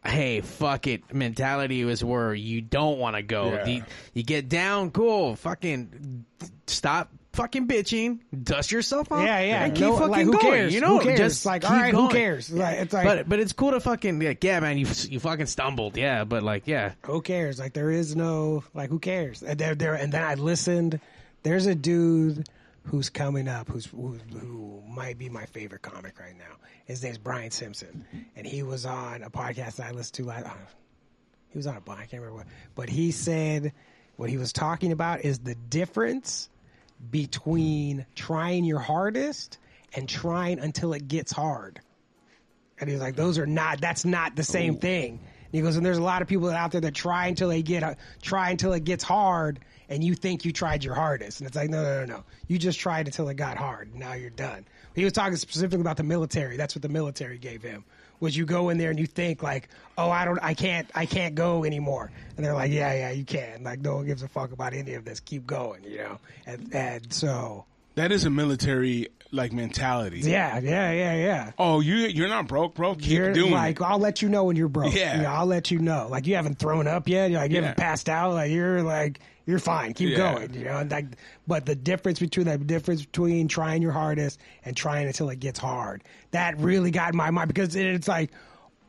[SPEAKER 4] hey, fuck it mentality is where you don't want to go.
[SPEAKER 2] Yeah.
[SPEAKER 4] The- you get down. Cool. Fucking stop. Fucking bitching, dust yourself off,
[SPEAKER 3] yeah, yeah.
[SPEAKER 4] and keep
[SPEAKER 3] No,
[SPEAKER 4] fucking
[SPEAKER 3] like, who
[SPEAKER 4] going.
[SPEAKER 3] Cares?
[SPEAKER 4] You know,
[SPEAKER 3] who cares?
[SPEAKER 4] just
[SPEAKER 3] like,
[SPEAKER 4] keep
[SPEAKER 3] all right,
[SPEAKER 4] going.
[SPEAKER 3] who cares? Like, it's like,
[SPEAKER 4] but but it's cool to fucking like, yeah, man. You you fucking stumbled, yeah. But like, yeah,
[SPEAKER 3] who cares? Like there is no like who cares? And there, there, and then I listened. There's a dude who's coming up who's who, who might be my favorite comic right now. His name's Brian Simpson, and he was on a podcast that I listened to last. He was on a podcast, I can't remember what, but he said what he was talking about is the difference between trying your hardest and trying until it gets hard. And he was like, those are not, that's not the same thing. And he goes, and there's a lot of people out there that try until they get, a, try until it gets hard. And you think you tried your hardest. And it's like, no, no, no, no. You just tried until it got hard. Now you're done. He was talking specifically about the military. That's what the military gave him was you go in there and you think like, oh, I don't, I can't, I can't go anymore. And they're like, yeah, yeah, you can. Like, no one gives a fuck about any of this. Keep going, you know? And, and so,
[SPEAKER 2] That is a military, like, mentality.
[SPEAKER 3] yeah, yeah, yeah, yeah.
[SPEAKER 2] Oh, you, you're not broke, bro. Keep
[SPEAKER 3] You're
[SPEAKER 2] doing
[SPEAKER 3] like,
[SPEAKER 2] it.
[SPEAKER 3] I'll let you know when you're broke.
[SPEAKER 2] Yeah.
[SPEAKER 3] Yeah. I'll let you know. Like, you haven't thrown up yet. You're like, you haven't
[SPEAKER 2] Yeah.
[SPEAKER 3] passed out. Like, you're like, you're fine. Keep
[SPEAKER 2] Yeah.
[SPEAKER 3] going. You know, and like, but the difference between that difference between trying your hardest and trying until it gets hard, that really got in my mind because it, it's like,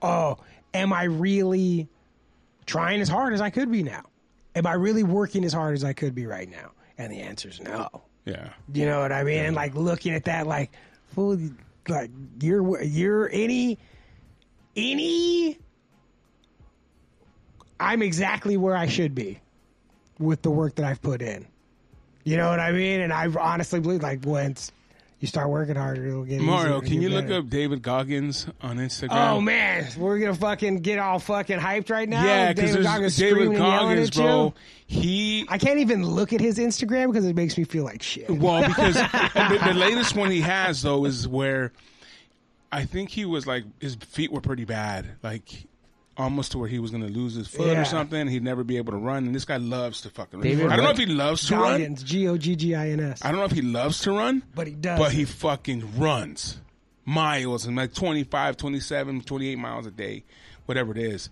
[SPEAKER 3] oh, am I really trying as hard as I could be now? Am I really working as hard as I could be right now? And the answer is no.
[SPEAKER 2] Yeah.
[SPEAKER 3] You know what I mean? And like looking at that, like, fool, like you're you're any any. I'm exactly where I should be with the work that I've put in. You know what I mean? And I honestly believe, like, once you start working harder, it'll get easier
[SPEAKER 2] Mario,
[SPEAKER 3] and
[SPEAKER 2] can
[SPEAKER 3] get
[SPEAKER 2] you look
[SPEAKER 3] better.
[SPEAKER 2] up David Goggins on Instagram?
[SPEAKER 3] Oh man, we're gonna fucking get all fucking hyped right now.
[SPEAKER 2] Yeah, because
[SPEAKER 3] David
[SPEAKER 2] David,
[SPEAKER 3] Goggins screaming and yelling
[SPEAKER 2] Goggins,
[SPEAKER 3] at you.
[SPEAKER 2] bro. He
[SPEAKER 3] I can't even look at his Instagram because it makes me feel like shit.
[SPEAKER 2] Well, because the, the latest one he has though is where I think he was like his feet were pretty bad, like almost to where he was going to lose his foot
[SPEAKER 3] Yeah.
[SPEAKER 2] or something. He'd never be able to run, and this guy loves to fucking. Run. I
[SPEAKER 4] David
[SPEAKER 2] don't know if
[SPEAKER 4] Goggins.
[SPEAKER 2] he loves to run.
[SPEAKER 3] Goggins, G O G G I N S.
[SPEAKER 2] I don't know if he loves to run,
[SPEAKER 3] But he does.
[SPEAKER 2] But he fucking runs miles and like 25, 27, 28 miles a day, whatever it is.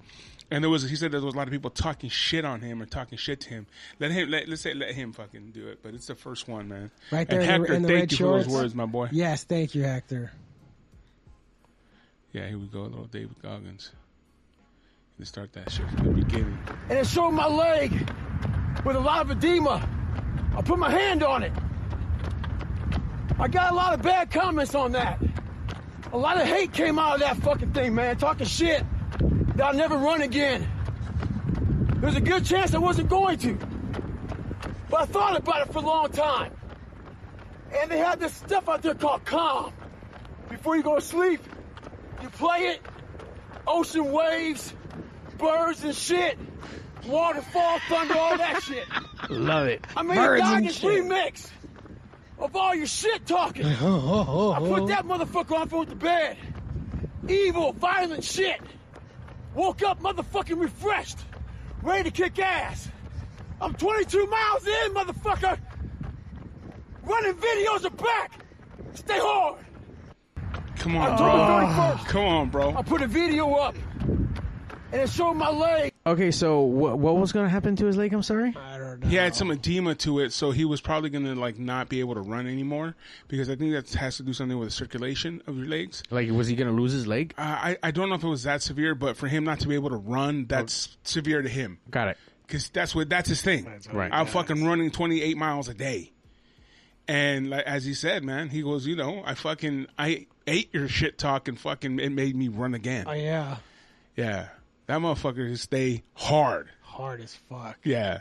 [SPEAKER 2] And there was, he said there was a lot of people talking shit on him or talking shit to him. Let him, let, let's say, let him fucking do it. But it's the first one, man.
[SPEAKER 3] Right
[SPEAKER 2] And
[SPEAKER 3] there in the-
[SPEAKER 2] Hector,
[SPEAKER 3] in the
[SPEAKER 2] thank
[SPEAKER 3] red
[SPEAKER 2] you for
[SPEAKER 3] shorts.
[SPEAKER 2] those words, my boy. Yeah.
[SPEAKER 3] Yes, thank you, Hector.
[SPEAKER 2] here we go, little David Goggins. Let's start that shit from the beginning.
[SPEAKER 5] and it showed my leg with a lot of edema. I put my hand on it. I got a lot of bad comments on that. A lot of hate came out of that fucking thing, man. Talking shit that I'll never run again. There's a good chance I wasn't going to. But I thought about it for a long time. And they had this stuff out there called calm. Before you go to sleep, you play it, ocean waves, birds and shit, waterfall, thunder, all that shit.
[SPEAKER 4] love it.
[SPEAKER 5] I made
[SPEAKER 3] Birds
[SPEAKER 5] a
[SPEAKER 3] and
[SPEAKER 5] Goggins
[SPEAKER 3] shit.
[SPEAKER 5] remix of all your shit talking.
[SPEAKER 3] Oh,
[SPEAKER 5] I put that motherfucker on from the bed. Evil, violent shit. Woke up motherfucking refreshed, ready to kick ass. I'm 22 miles in, motherfucker. Running videos are back. Stay hard.
[SPEAKER 2] Come
[SPEAKER 3] Oh.
[SPEAKER 2] on, bro.
[SPEAKER 5] October 31st.
[SPEAKER 3] Ah.
[SPEAKER 2] Come on,
[SPEAKER 5] I
[SPEAKER 2] bro.
[SPEAKER 5] put a video up, and it showed my leg.
[SPEAKER 4] Okay, so what what was going to happen to his leg? I'm sorry.
[SPEAKER 3] I don't know.
[SPEAKER 2] He had some edema to it, so he was probably going to like not be able to run anymore because I think that has to do something with the circulation of your legs.
[SPEAKER 4] Like, was he going to lose his leg?
[SPEAKER 2] I, I I don't know if it was that severe, but for him not to be able to run, that's
[SPEAKER 3] Oh.
[SPEAKER 2] severe to him
[SPEAKER 4] Got it.
[SPEAKER 2] because that's what that's his thing.
[SPEAKER 4] Right.
[SPEAKER 2] I'm fucking running 28 miles a day, and like as he said, man, he goes, you know, I fucking I ate your shit talk and fucking it made me run again.
[SPEAKER 3] Oh, yeah,
[SPEAKER 2] yeah, that motherfucker can stay hard.
[SPEAKER 3] hard as fuck.
[SPEAKER 2] Yeah,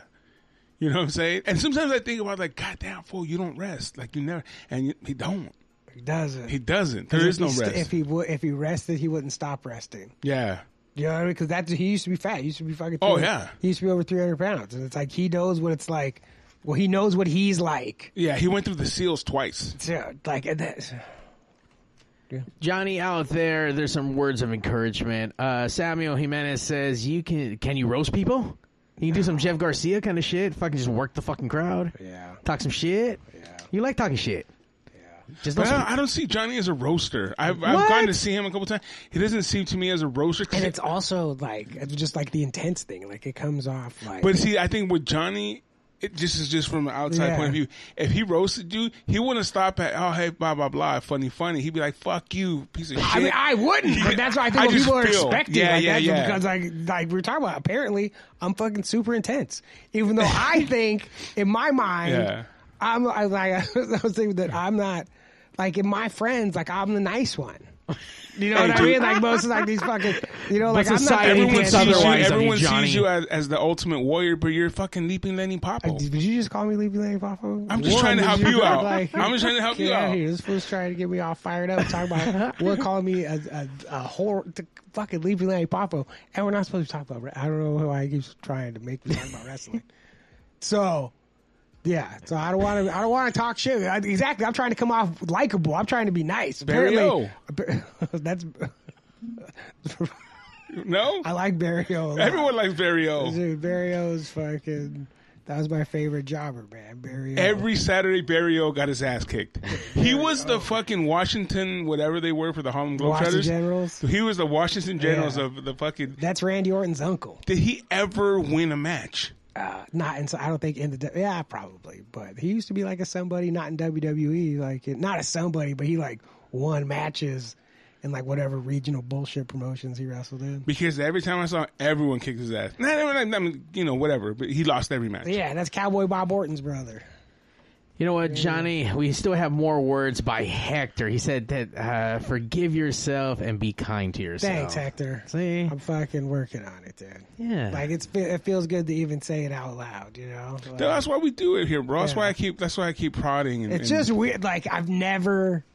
[SPEAKER 2] You know what I'm saying? And sometimes I think about like, God damn fool, you don't rest. Like you never, and you, he don't.
[SPEAKER 3] He doesn't.
[SPEAKER 2] He doesn't. There is no
[SPEAKER 3] If he st-
[SPEAKER 2] rest.
[SPEAKER 3] If he would, if he rested, he wouldn't stop resting.
[SPEAKER 2] yeah.
[SPEAKER 3] You know what I mean? Because that's he used to be fat. He used to be fucking.
[SPEAKER 2] Oh,
[SPEAKER 3] 300
[SPEAKER 2] yeah.
[SPEAKER 3] He used to be over three hundred pounds, and it's like he knows what it's like. Well, he knows what he's like.
[SPEAKER 2] Yeah. He went through the seals twice.
[SPEAKER 3] So, like and that.
[SPEAKER 4] Johnny out there, there's some words of encouragement. Uh, Samuel Jimenez says, "You can can you roast people? You can do some Jeff Garcia kind of shit. Fucking just work the fucking crowd.
[SPEAKER 3] Yeah.
[SPEAKER 4] Talk some shit. Yeah. You like talking shit. Yeah. Just
[SPEAKER 2] But
[SPEAKER 4] don't
[SPEAKER 2] I don't,
[SPEAKER 4] some,
[SPEAKER 2] I don't see Johnny as a roaster. I've, I've
[SPEAKER 4] What?
[SPEAKER 2] gotten to see him a couple times. He doesn't seem to me as a roaster. 'cause
[SPEAKER 3] And
[SPEAKER 2] he-
[SPEAKER 3] it's also like it's just like the intense thing. Like it comes off like.
[SPEAKER 2] But see, I think with Johnny, it just is just from an outside
[SPEAKER 3] Yeah.
[SPEAKER 2] point of view. If he roasted you, he wouldn't stop at oh hey blah blah blah funny funny. He'd be like fuck you piece of shit.
[SPEAKER 3] I mean, I wouldn't, but that's why I think
[SPEAKER 2] I
[SPEAKER 3] what
[SPEAKER 2] just
[SPEAKER 3] people are
[SPEAKER 2] feel-
[SPEAKER 3] expecting.
[SPEAKER 2] yeah,
[SPEAKER 3] like,
[SPEAKER 2] yeah,
[SPEAKER 3] that's
[SPEAKER 2] yeah.
[SPEAKER 3] Because like, like we we're talking about, apparently I'm fucking super intense, even though I think in my mind,
[SPEAKER 2] Yeah.
[SPEAKER 3] I'm I, like I was thinking that I'm not like in my friends, like I'm the nice one. You know
[SPEAKER 2] Hey,
[SPEAKER 3] what I
[SPEAKER 2] dude.
[SPEAKER 3] mean? Like most of like these fucking, you know, like
[SPEAKER 4] society
[SPEAKER 3] I'm not
[SPEAKER 2] everyone
[SPEAKER 4] thinks
[SPEAKER 2] sees
[SPEAKER 3] the
[SPEAKER 2] you,
[SPEAKER 4] otherwise of you,
[SPEAKER 2] everyone
[SPEAKER 4] Johnny.
[SPEAKER 2] sees you as, as the ultimate warrior, but you're fucking leaping Lenny Popo.
[SPEAKER 3] Did you just call me Leapy Lady Waffle?
[SPEAKER 2] I'm just
[SPEAKER 3] One,
[SPEAKER 2] trying to
[SPEAKER 3] did
[SPEAKER 2] help you out.
[SPEAKER 3] like,
[SPEAKER 2] I'm just trying to help
[SPEAKER 3] get
[SPEAKER 2] you
[SPEAKER 3] out
[SPEAKER 2] out.
[SPEAKER 3] Here. This fool's trying to get me all fired up, talking about one calling me a a, a whore, to fucking Leapy Lady Popo, and we're not supposed to talk about. re- I don't know why he keeps trying to make me talk about wrestling. So. Yeah, so I don't want to. I don't want to talk shit. I, exactly, I'm trying to come off likable. I'm trying to be nice.
[SPEAKER 2] Barry
[SPEAKER 3] Apparently, that's.
[SPEAKER 2] No,
[SPEAKER 3] I like Barrio. a lot.
[SPEAKER 2] everyone likes Barrio.
[SPEAKER 3] Dude, Barrio's fucking. That was my favorite jobber, man. Barrio.
[SPEAKER 2] Every Saturday, Barrio got his ass kicked. He was the fucking Washington, whatever they were for the Harlem
[SPEAKER 3] Washington
[SPEAKER 2] Globetrotters.
[SPEAKER 3] Generals.
[SPEAKER 2] He was the Washington Generals
[SPEAKER 3] Yeah.
[SPEAKER 2] of the fucking.
[SPEAKER 3] That's Randy Orton's uncle.
[SPEAKER 2] Did he ever win a match?
[SPEAKER 3] Uh, not in. I don't think in the. Yeah, probably. But he used to be like a somebody, not in WWE. Like it, not a somebody, but he like won matches in like whatever regional bullshit promotions he wrestled in.
[SPEAKER 2] Because every time I saw him, everyone kicked his ass. Not everyone, I mean, you know, whatever. But he lost every match.
[SPEAKER 3] Yeah, that's Cowboy Bob Orton's brother.
[SPEAKER 4] you know what, Johnny? We still have more words by Hector. He said that uh, forgive yourself and be kind to yourself.
[SPEAKER 3] Thanks, Hector.
[SPEAKER 4] See?
[SPEAKER 3] I'm fucking working on it, dude.
[SPEAKER 4] Yeah.
[SPEAKER 3] Like it's fe- it feels good to even say it out loud, you know. Like-
[SPEAKER 2] That's why we do it here, bro. That's
[SPEAKER 3] Yeah.
[SPEAKER 2] why I keep. That's why I keep prodding. And,
[SPEAKER 3] It's
[SPEAKER 2] and-
[SPEAKER 3] just weird. Like I've never.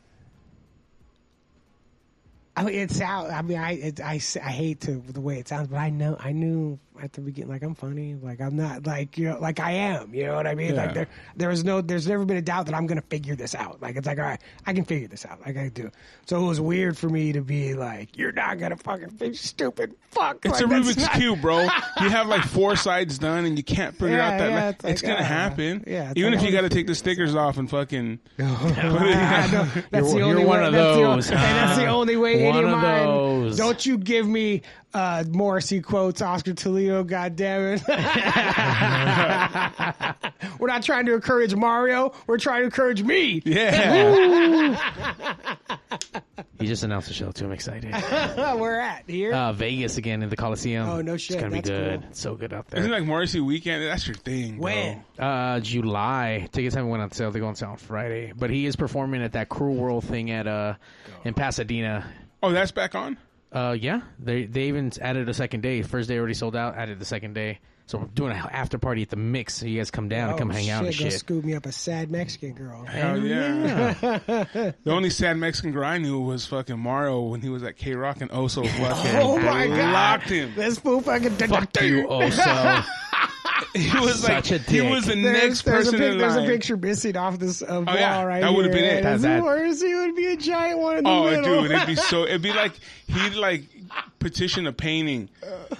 [SPEAKER 3] I mean, it sounds. I mean, I, it, I s- I hate to the way it sounds, but I know I knew at the beginning. Like I'm funny. Like I'm not like you know. Like I am. You know what I mean?
[SPEAKER 2] Yeah.
[SPEAKER 3] Like there there was no. There's never been a doubt that I'm gonna figure this out. Like it's like all right, I can figure this out. Like I do. So it was weird for me to be like, you're not gonna fucking be stupid. Fuck.
[SPEAKER 2] It's
[SPEAKER 3] like,
[SPEAKER 2] a
[SPEAKER 3] that's
[SPEAKER 2] Rubik's
[SPEAKER 3] not-
[SPEAKER 2] cube, bro. You have like four sides done, and you can't figure
[SPEAKER 3] Yeah,
[SPEAKER 2] out that.
[SPEAKER 3] yeah,
[SPEAKER 2] ma-
[SPEAKER 3] it's
[SPEAKER 2] it's
[SPEAKER 3] like,
[SPEAKER 2] gonna
[SPEAKER 3] uh,
[SPEAKER 2] happen.
[SPEAKER 3] yeah, it's
[SPEAKER 2] Even
[SPEAKER 3] like,
[SPEAKER 2] if
[SPEAKER 3] how
[SPEAKER 2] you
[SPEAKER 3] do
[SPEAKER 2] got to
[SPEAKER 3] you
[SPEAKER 2] take the stickers off and fucking.
[SPEAKER 3] I know. That's the
[SPEAKER 4] You're-
[SPEAKER 3] only
[SPEAKER 4] you're one
[SPEAKER 3] way,
[SPEAKER 4] of
[SPEAKER 3] that's
[SPEAKER 4] those,
[SPEAKER 3] The, and that's the
[SPEAKER 4] huh?
[SPEAKER 3] only way
[SPEAKER 4] One
[SPEAKER 3] any of
[SPEAKER 4] of
[SPEAKER 3] mine.
[SPEAKER 4] those.
[SPEAKER 3] Don't you give me uh, Morrissey quotes, Oscar Toledo, goddammit. We're not trying to encourage Mario. We're trying to encourage me.
[SPEAKER 2] Yeah,
[SPEAKER 4] He just announced the show too. I'm excited.
[SPEAKER 3] We're at here.
[SPEAKER 4] Uh, Vegas again in the Coliseum.
[SPEAKER 3] Oh, no shit.
[SPEAKER 4] It's gonna
[SPEAKER 3] That's
[SPEAKER 4] be good.
[SPEAKER 3] cool.
[SPEAKER 4] It's so good out there.
[SPEAKER 2] isn't like Morrissey weekend? That's your thing. Bro.
[SPEAKER 3] when?
[SPEAKER 4] Uh, July tickets haven't went on sale. They go on sale on Friday. But he is performing at that Cruel World thing at uh in Pasadena.
[SPEAKER 2] Oh, that's back on.
[SPEAKER 4] Uh, yeah, they they even added a second day. First day already sold out. Added the second day. So we're doing an after party at the Mix. So you guys come down and
[SPEAKER 3] Oh,
[SPEAKER 4] come hang out and
[SPEAKER 3] Go
[SPEAKER 4] shit.
[SPEAKER 3] scoop me up a sad Mexican girl.
[SPEAKER 2] Hell Oh, yeah! the only sad Mexican girl I knew was fucking Mario when he was at K Rock and Oso fucking
[SPEAKER 3] Oh my god!
[SPEAKER 2] locked him.
[SPEAKER 3] This fool fucking
[SPEAKER 4] Fuck you, Oso.
[SPEAKER 2] He was like
[SPEAKER 4] Such a
[SPEAKER 2] he
[SPEAKER 4] dick.
[SPEAKER 2] was the
[SPEAKER 3] There's-
[SPEAKER 2] next
[SPEAKER 3] there's
[SPEAKER 2] person
[SPEAKER 3] a pic-
[SPEAKER 2] in
[SPEAKER 3] There's
[SPEAKER 2] line.
[SPEAKER 3] a picture missing off this uh, wall
[SPEAKER 2] Oh, yeah,
[SPEAKER 3] right
[SPEAKER 2] that would've
[SPEAKER 3] here,
[SPEAKER 2] been it.
[SPEAKER 3] and
[SPEAKER 4] That's
[SPEAKER 3] It's
[SPEAKER 4] that.
[SPEAKER 3] worse. It would be a giant one in the
[SPEAKER 2] Oh,
[SPEAKER 3] middle.
[SPEAKER 2] dude, it'd be so. It'd be like he'd like petition a painting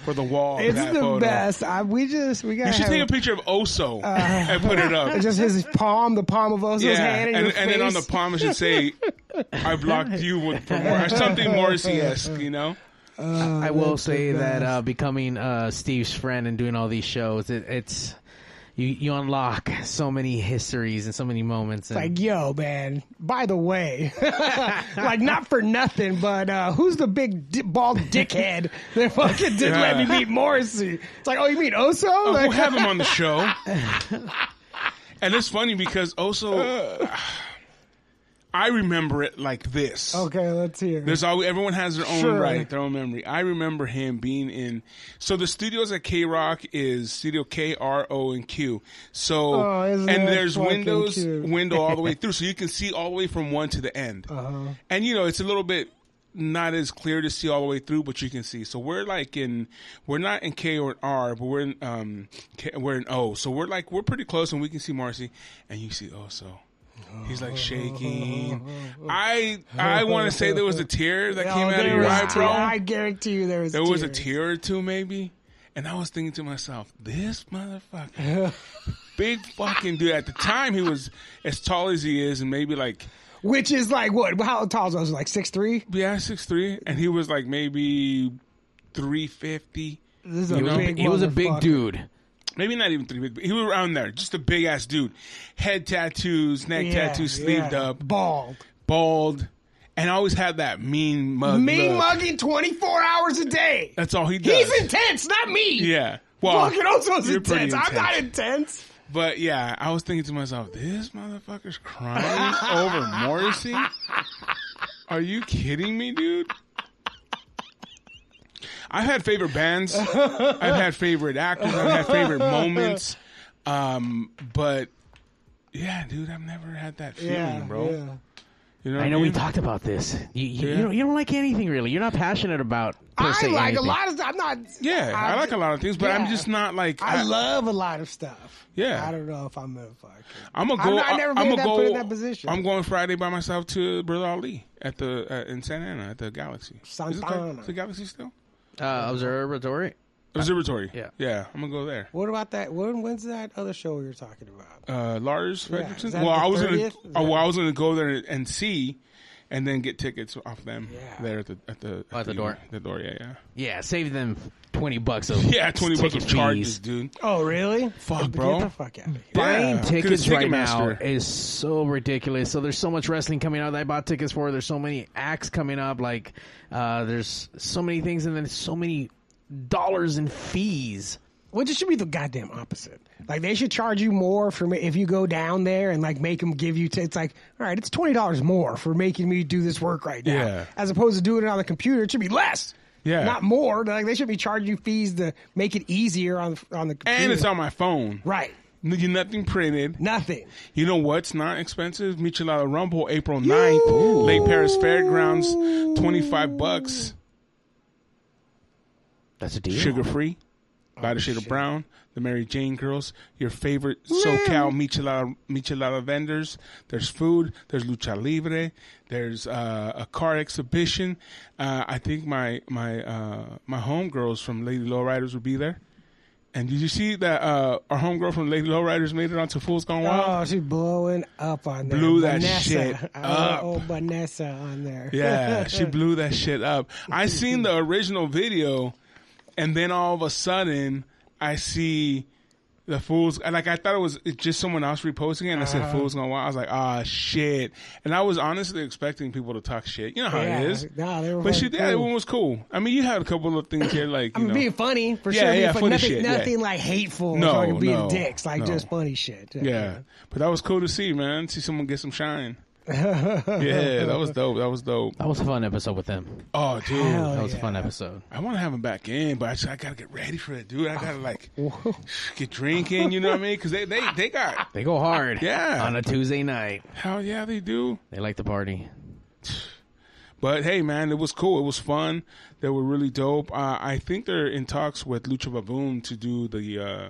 [SPEAKER 2] for the wall. of
[SPEAKER 3] it's
[SPEAKER 2] that
[SPEAKER 3] the
[SPEAKER 2] photo.
[SPEAKER 3] best. I, we just we got.
[SPEAKER 2] You should take a picture of Oso and put it up.
[SPEAKER 3] just his palm, the palm of Oso's
[SPEAKER 2] yeah,
[SPEAKER 3] hand, in
[SPEAKER 2] and,
[SPEAKER 3] your
[SPEAKER 2] and then on the
[SPEAKER 3] face.
[SPEAKER 2] palm it should say, "I blocked you with, for more," or something Morrissey-esque. You know,
[SPEAKER 4] I will say
[SPEAKER 3] the
[SPEAKER 4] that
[SPEAKER 3] best.
[SPEAKER 4] uh, becoming uh, Steve's friend and doing all these shows, it, it's you you unlock so many histories and so many moments. And
[SPEAKER 3] Like, yo, man. By the way, like, not for nothing, but uh, who's the big di- bald dickhead that fucking didn't let me
[SPEAKER 2] Yeah.
[SPEAKER 3] beat Morrissey? It's like, oh, you mean Oso?
[SPEAKER 2] we'll
[SPEAKER 3] like,
[SPEAKER 2] have him on the show. and it's funny because Oso, I remember it like this.
[SPEAKER 3] Okay, let's hear.
[SPEAKER 2] There's always everyone has their own
[SPEAKER 3] Sure.
[SPEAKER 2] right, their own memory. I remember him being in. So the studios at K Rock is Studio K R O and Q. So
[SPEAKER 3] Oh, isn't
[SPEAKER 2] and
[SPEAKER 3] that
[SPEAKER 2] there's
[SPEAKER 3] fucking
[SPEAKER 2] windows
[SPEAKER 3] cute?
[SPEAKER 2] window all the way through, so you can see all the way from one to the end.
[SPEAKER 3] Uh-huh.
[SPEAKER 2] And you know it's a little bit not as clear to see all the way through, but you can see. So we're like in we're not in K or an R, but we're in um K, we're in O. So we're like we're pretty close, and we can see Marcy, and you see Oso. He's like shaking. I I want to say there was a tear that
[SPEAKER 3] Oh,
[SPEAKER 2] came out of
[SPEAKER 3] there
[SPEAKER 2] your
[SPEAKER 3] was a
[SPEAKER 2] eye,
[SPEAKER 3] tear. I
[SPEAKER 2] bro.
[SPEAKER 3] guarantee you there was.
[SPEAKER 2] There was a
[SPEAKER 3] tear.
[SPEAKER 2] tear or two, maybe. And I was thinking to myself, this motherfucker, big fucking dude. At the time, he was as tall as he is, and maybe like
[SPEAKER 3] Which is like what? How tall is I? Was like six three.
[SPEAKER 2] yeah, six three, and he was like maybe three fifty.
[SPEAKER 3] This is a
[SPEAKER 4] He was, a
[SPEAKER 3] big.
[SPEAKER 4] big- he was a big
[SPEAKER 3] motherfucker.
[SPEAKER 4] dude.
[SPEAKER 2] Maybe not even three big, but he was around there. Just a big ass dude. Head tattoos, neck
[SPEAKER 3] Yeah,
[SPEAKER 2] tattoos, sleeved
[SPEAKER 3] yeah.
[SPEAKER 2] up,
[SPEAKER 3] bald,
[SPEAKER 2] bald, and always had that mean mug.
[SPEAKER 3] mean
[SPEAKER 2] look.
[SPEAKER 3] mugging twenty four hours a day.
[SPEAKER 2] That's all he does.
[SPEAKER 3] He's intense, not me.
[SPEAKER 2] Yeah. Well,
[SPEAKER 3] Fucking Ozo's
[SPEAKER 2] you're pretty
[SPEAKER 3] intense. I'm not intense.
[SPEAKER 2] But yeah, I was thinking to myself, this motherfucker's crying over Morrissey? Are you kidding me, dude? I've had favorite bands. I've had favorite actors. I've had favorite moments. Um, but yeah, dude, I've never had that feeling,
[SPEAKER 3] Yeah,
[SPEAKER 2] bro.
[SPEAKER 3] yeah.
[SPEAKER 2] You know what
[SPEAKER 4] I know we
[SPEAKER 2] mean?
[SPEAKER 4] talked about this. You, you,
[SPEAKER 2] Yeah.
[SPEAKER 4] you, don't, you don't like anything really. You're not passionate about. per
[SPEAKER 3] I
[SPEAKER 4] se,
[SPEAKER 3] like
[SPEAKER 4] anything.
[SPEAKER 3] a lot of. I'm not.
[SPEAKER 2] Yeah, I,
[SPEAKER 3] I'm
[SPEAKER 2] like a
[SPEAKER 3] ju-
[SPEAKER 2] lot of things, but I'm
[SPEAKER 3] yeah.
[SPEAKER 2] just not like
[SPEAKER 3] I love a lot of stuff.
[SPEAKER 2] Yeah.
[SPEAKER 3] I don't know if I'm gonna fuck.
[SPEAKER 2] I'm gonna
[SPEAKER 3] I'm
[SPEAKER 2] go.
[SPEAKER 3] not- I've
[SPEAKER 2] I-
[SPEAKER 3] never
[SPEAKER 2] I'm
[SPEAKER 3] been
[SPEAKER 2] gonna
[SPEAKER 3] that
[SPEAKER 2] go.
[SPEAKER 3] put in that position.
[SPEAKER 2] I'm going Friday by myself to Brother Ali at the uh, in Santa Ana at the Galaxy. Is it the-
[SPEAKER 3] Santana.
[SPEAKER 2] is the Galaxy still
[SPEAKER 4] Uh, observatory.
[SPEAKER 2] observatory.
[SPEAKER 4] yeah.
[SPEAKER 2] yeah. I'm gonna go there.
[SPEAKER 3] What about that? When, when's that other show we were talking about?
[SPEAKER 2] Uh, Lars Fredrickson.
[SPEAKER 3] is that
[SPEAKER 2] well,
[SPEAKER 3] the
[SPEAKER 2] I was
[SPEAKER 3] 30th? Is
[SPEAKER 2] gonna. oh,
[SPEAKER 3] that-
[SPEAKER 2] well, I was gonna go there and see, and then get tickets off them
[SPEAKER 3] Yeah.
[SPEAKER 2] there at the at the
[SPEAKER 4] Oh, At the door.
[SPEAKER 2] The door. Yeah, yeah.
[SPEAKER 4] Yeah, save them twenty bucks of
[SPEAKER 2] Yeah, twenty bucks
[SPEAKER 4] ticket
[SPEAKER 2] of charges,
[SPEAKER 4] fees.
[SPEAKER 2] dude.
[SPEAKER 3] Oh, really?
[SPEAKER 2] Fuck, bro.
[SPEAKER 3] Get the fuck out of here.
[SPEAKER 4] Buying
[SPEAKER 2] Yeah, 'cause
[SPEAKER 4] tickets right now
[SPEAKER 2] Ticketmaster.
[SPEAKER 4] is so ridiculous. So there's so much wrestling coming out that I bought tickets for. There's so many acts coming up. Like uh, there's so many things, and then so many dollars in fees.
[SPEAKER 3] Which it should be the goddamn opposite. Like they should charge you more for ma- if you go down there and like make them give you. T- it's like, all right, it's twenty dollars more for making me do this work right now,
[SPEAKER 2] Yeah.
[SPEAKER 3] as opposed to doing it on the computer. It should be less,
[SPEAKER 2] Yeah.
[SPEAKER 3] not more. Like they should be charging you fees to make it easier on the on the computer.
[SPEAKER 2] And it's on my phone.
[SPEAKER 3] right,
[SPEAKER 2] You nothing printed.
[SPEAKER 3] nothing.
[SPEAKER 2] You know what's not expensive? Michelada Rumble, April 9th, Lake Paris Fairgrounds, 25 bucks,
[SPEAKER 4] That's a deal.
[SPEAKER 2] sugar free, a lot of shit brown, the Mary Jane girls, your favorite SoCal Michelada, Michelada vendors. There's food, there's lucha libre, there's uh, a car exhibition. Uh, I think my my uh, my homegirls from Lady Lowriders will be there. And did you see that uh, our homegirl from Lady Lowriders made it onto Fools Gone Wild?
[SPEAKER 3] Oh, she's blowing up on there.
[SPEAKER 2] Blew that
[SPEAKER 3] Vanessa.
[SPEAKER 2] shit
[SPEAKER 3] I
[SPEAKER 2] up.
[SPEAKER 3] Oh, Vanessa on there.
[SPEAKER 2] Yeah, she blew that shit up. I seen the original video, and then all of a sudden, I see the fools. and, Like I thought it was just someone else reposting it, and I
[SPEAKER 3] Uh-huh.
[SPEAKER 2] said fools gone wild. I was like, ah, shit. And I was honestly expecting people to talk shit. You know how
[SPEAKER 3] Yeah,
[SPEAKER 2] it is.
[SPEAKER 3] nah, they were
[SPEAKER 2] but she
[SPEAKER 3] fucking
[SPEAKER 2] did.
[SPEAKER 3] cool.
[SPEAKER 2] Everyone was cool. I mean, you had a couple of things here, like you
[SPEAKER 3] I'm
[SPEAKER 2] know,
[SPEAKER 3] being funny for
[SPEAKER 2] Yeah,
[SPEAKER 3] sure. being
[SPEAKER 2] yeah,
[SPEAKER 3] fun-
[SPEAKER 2] funny
[SPEAKER 3] nothing,
[SPEAKER 2] shit, yeah.
[SPEAKER 3] nothing like hateful.
[SPEAKER 2] No,
[SPEAKER 3] or being
[SPEAKER 2] no,
[SPEAKER 3] dicks, like
[SPEAKER 2] no.
[SPEAKER 3] just funny shit.
[SPEAKER 2] yeah. But that was cool to see, man. See someone get some shine. yeah, that was dope. That was dope.
[SPEAKER 4] That was a fun episode with them.
[SPEAKER 2] Oh, dude.
[SPEAKER 3] Hell
[SPEAKER 4] That was
[SPEAKER 3] yeah.
[SPEAKER 4] a fun episode.
[SPEAKER 2] I want to have him back in, but I, just, I gotta get ready for it, dude. I gotta like get drinking, you know what I mean? Because they, they they got
[SPEAKER 4] They go hard.
[SPEAKER 2] Yeah.
[SPEAKER 4] On a Tuesday night,
[SPEAKER 2] hell yeah they do.
[SPEAKER 4] they like to party.
[SPEAKER 2] But hey, man, it was cool. It was fun. They were really dope. Uh, I think they're in talks with Lucha Baboon to do the uh,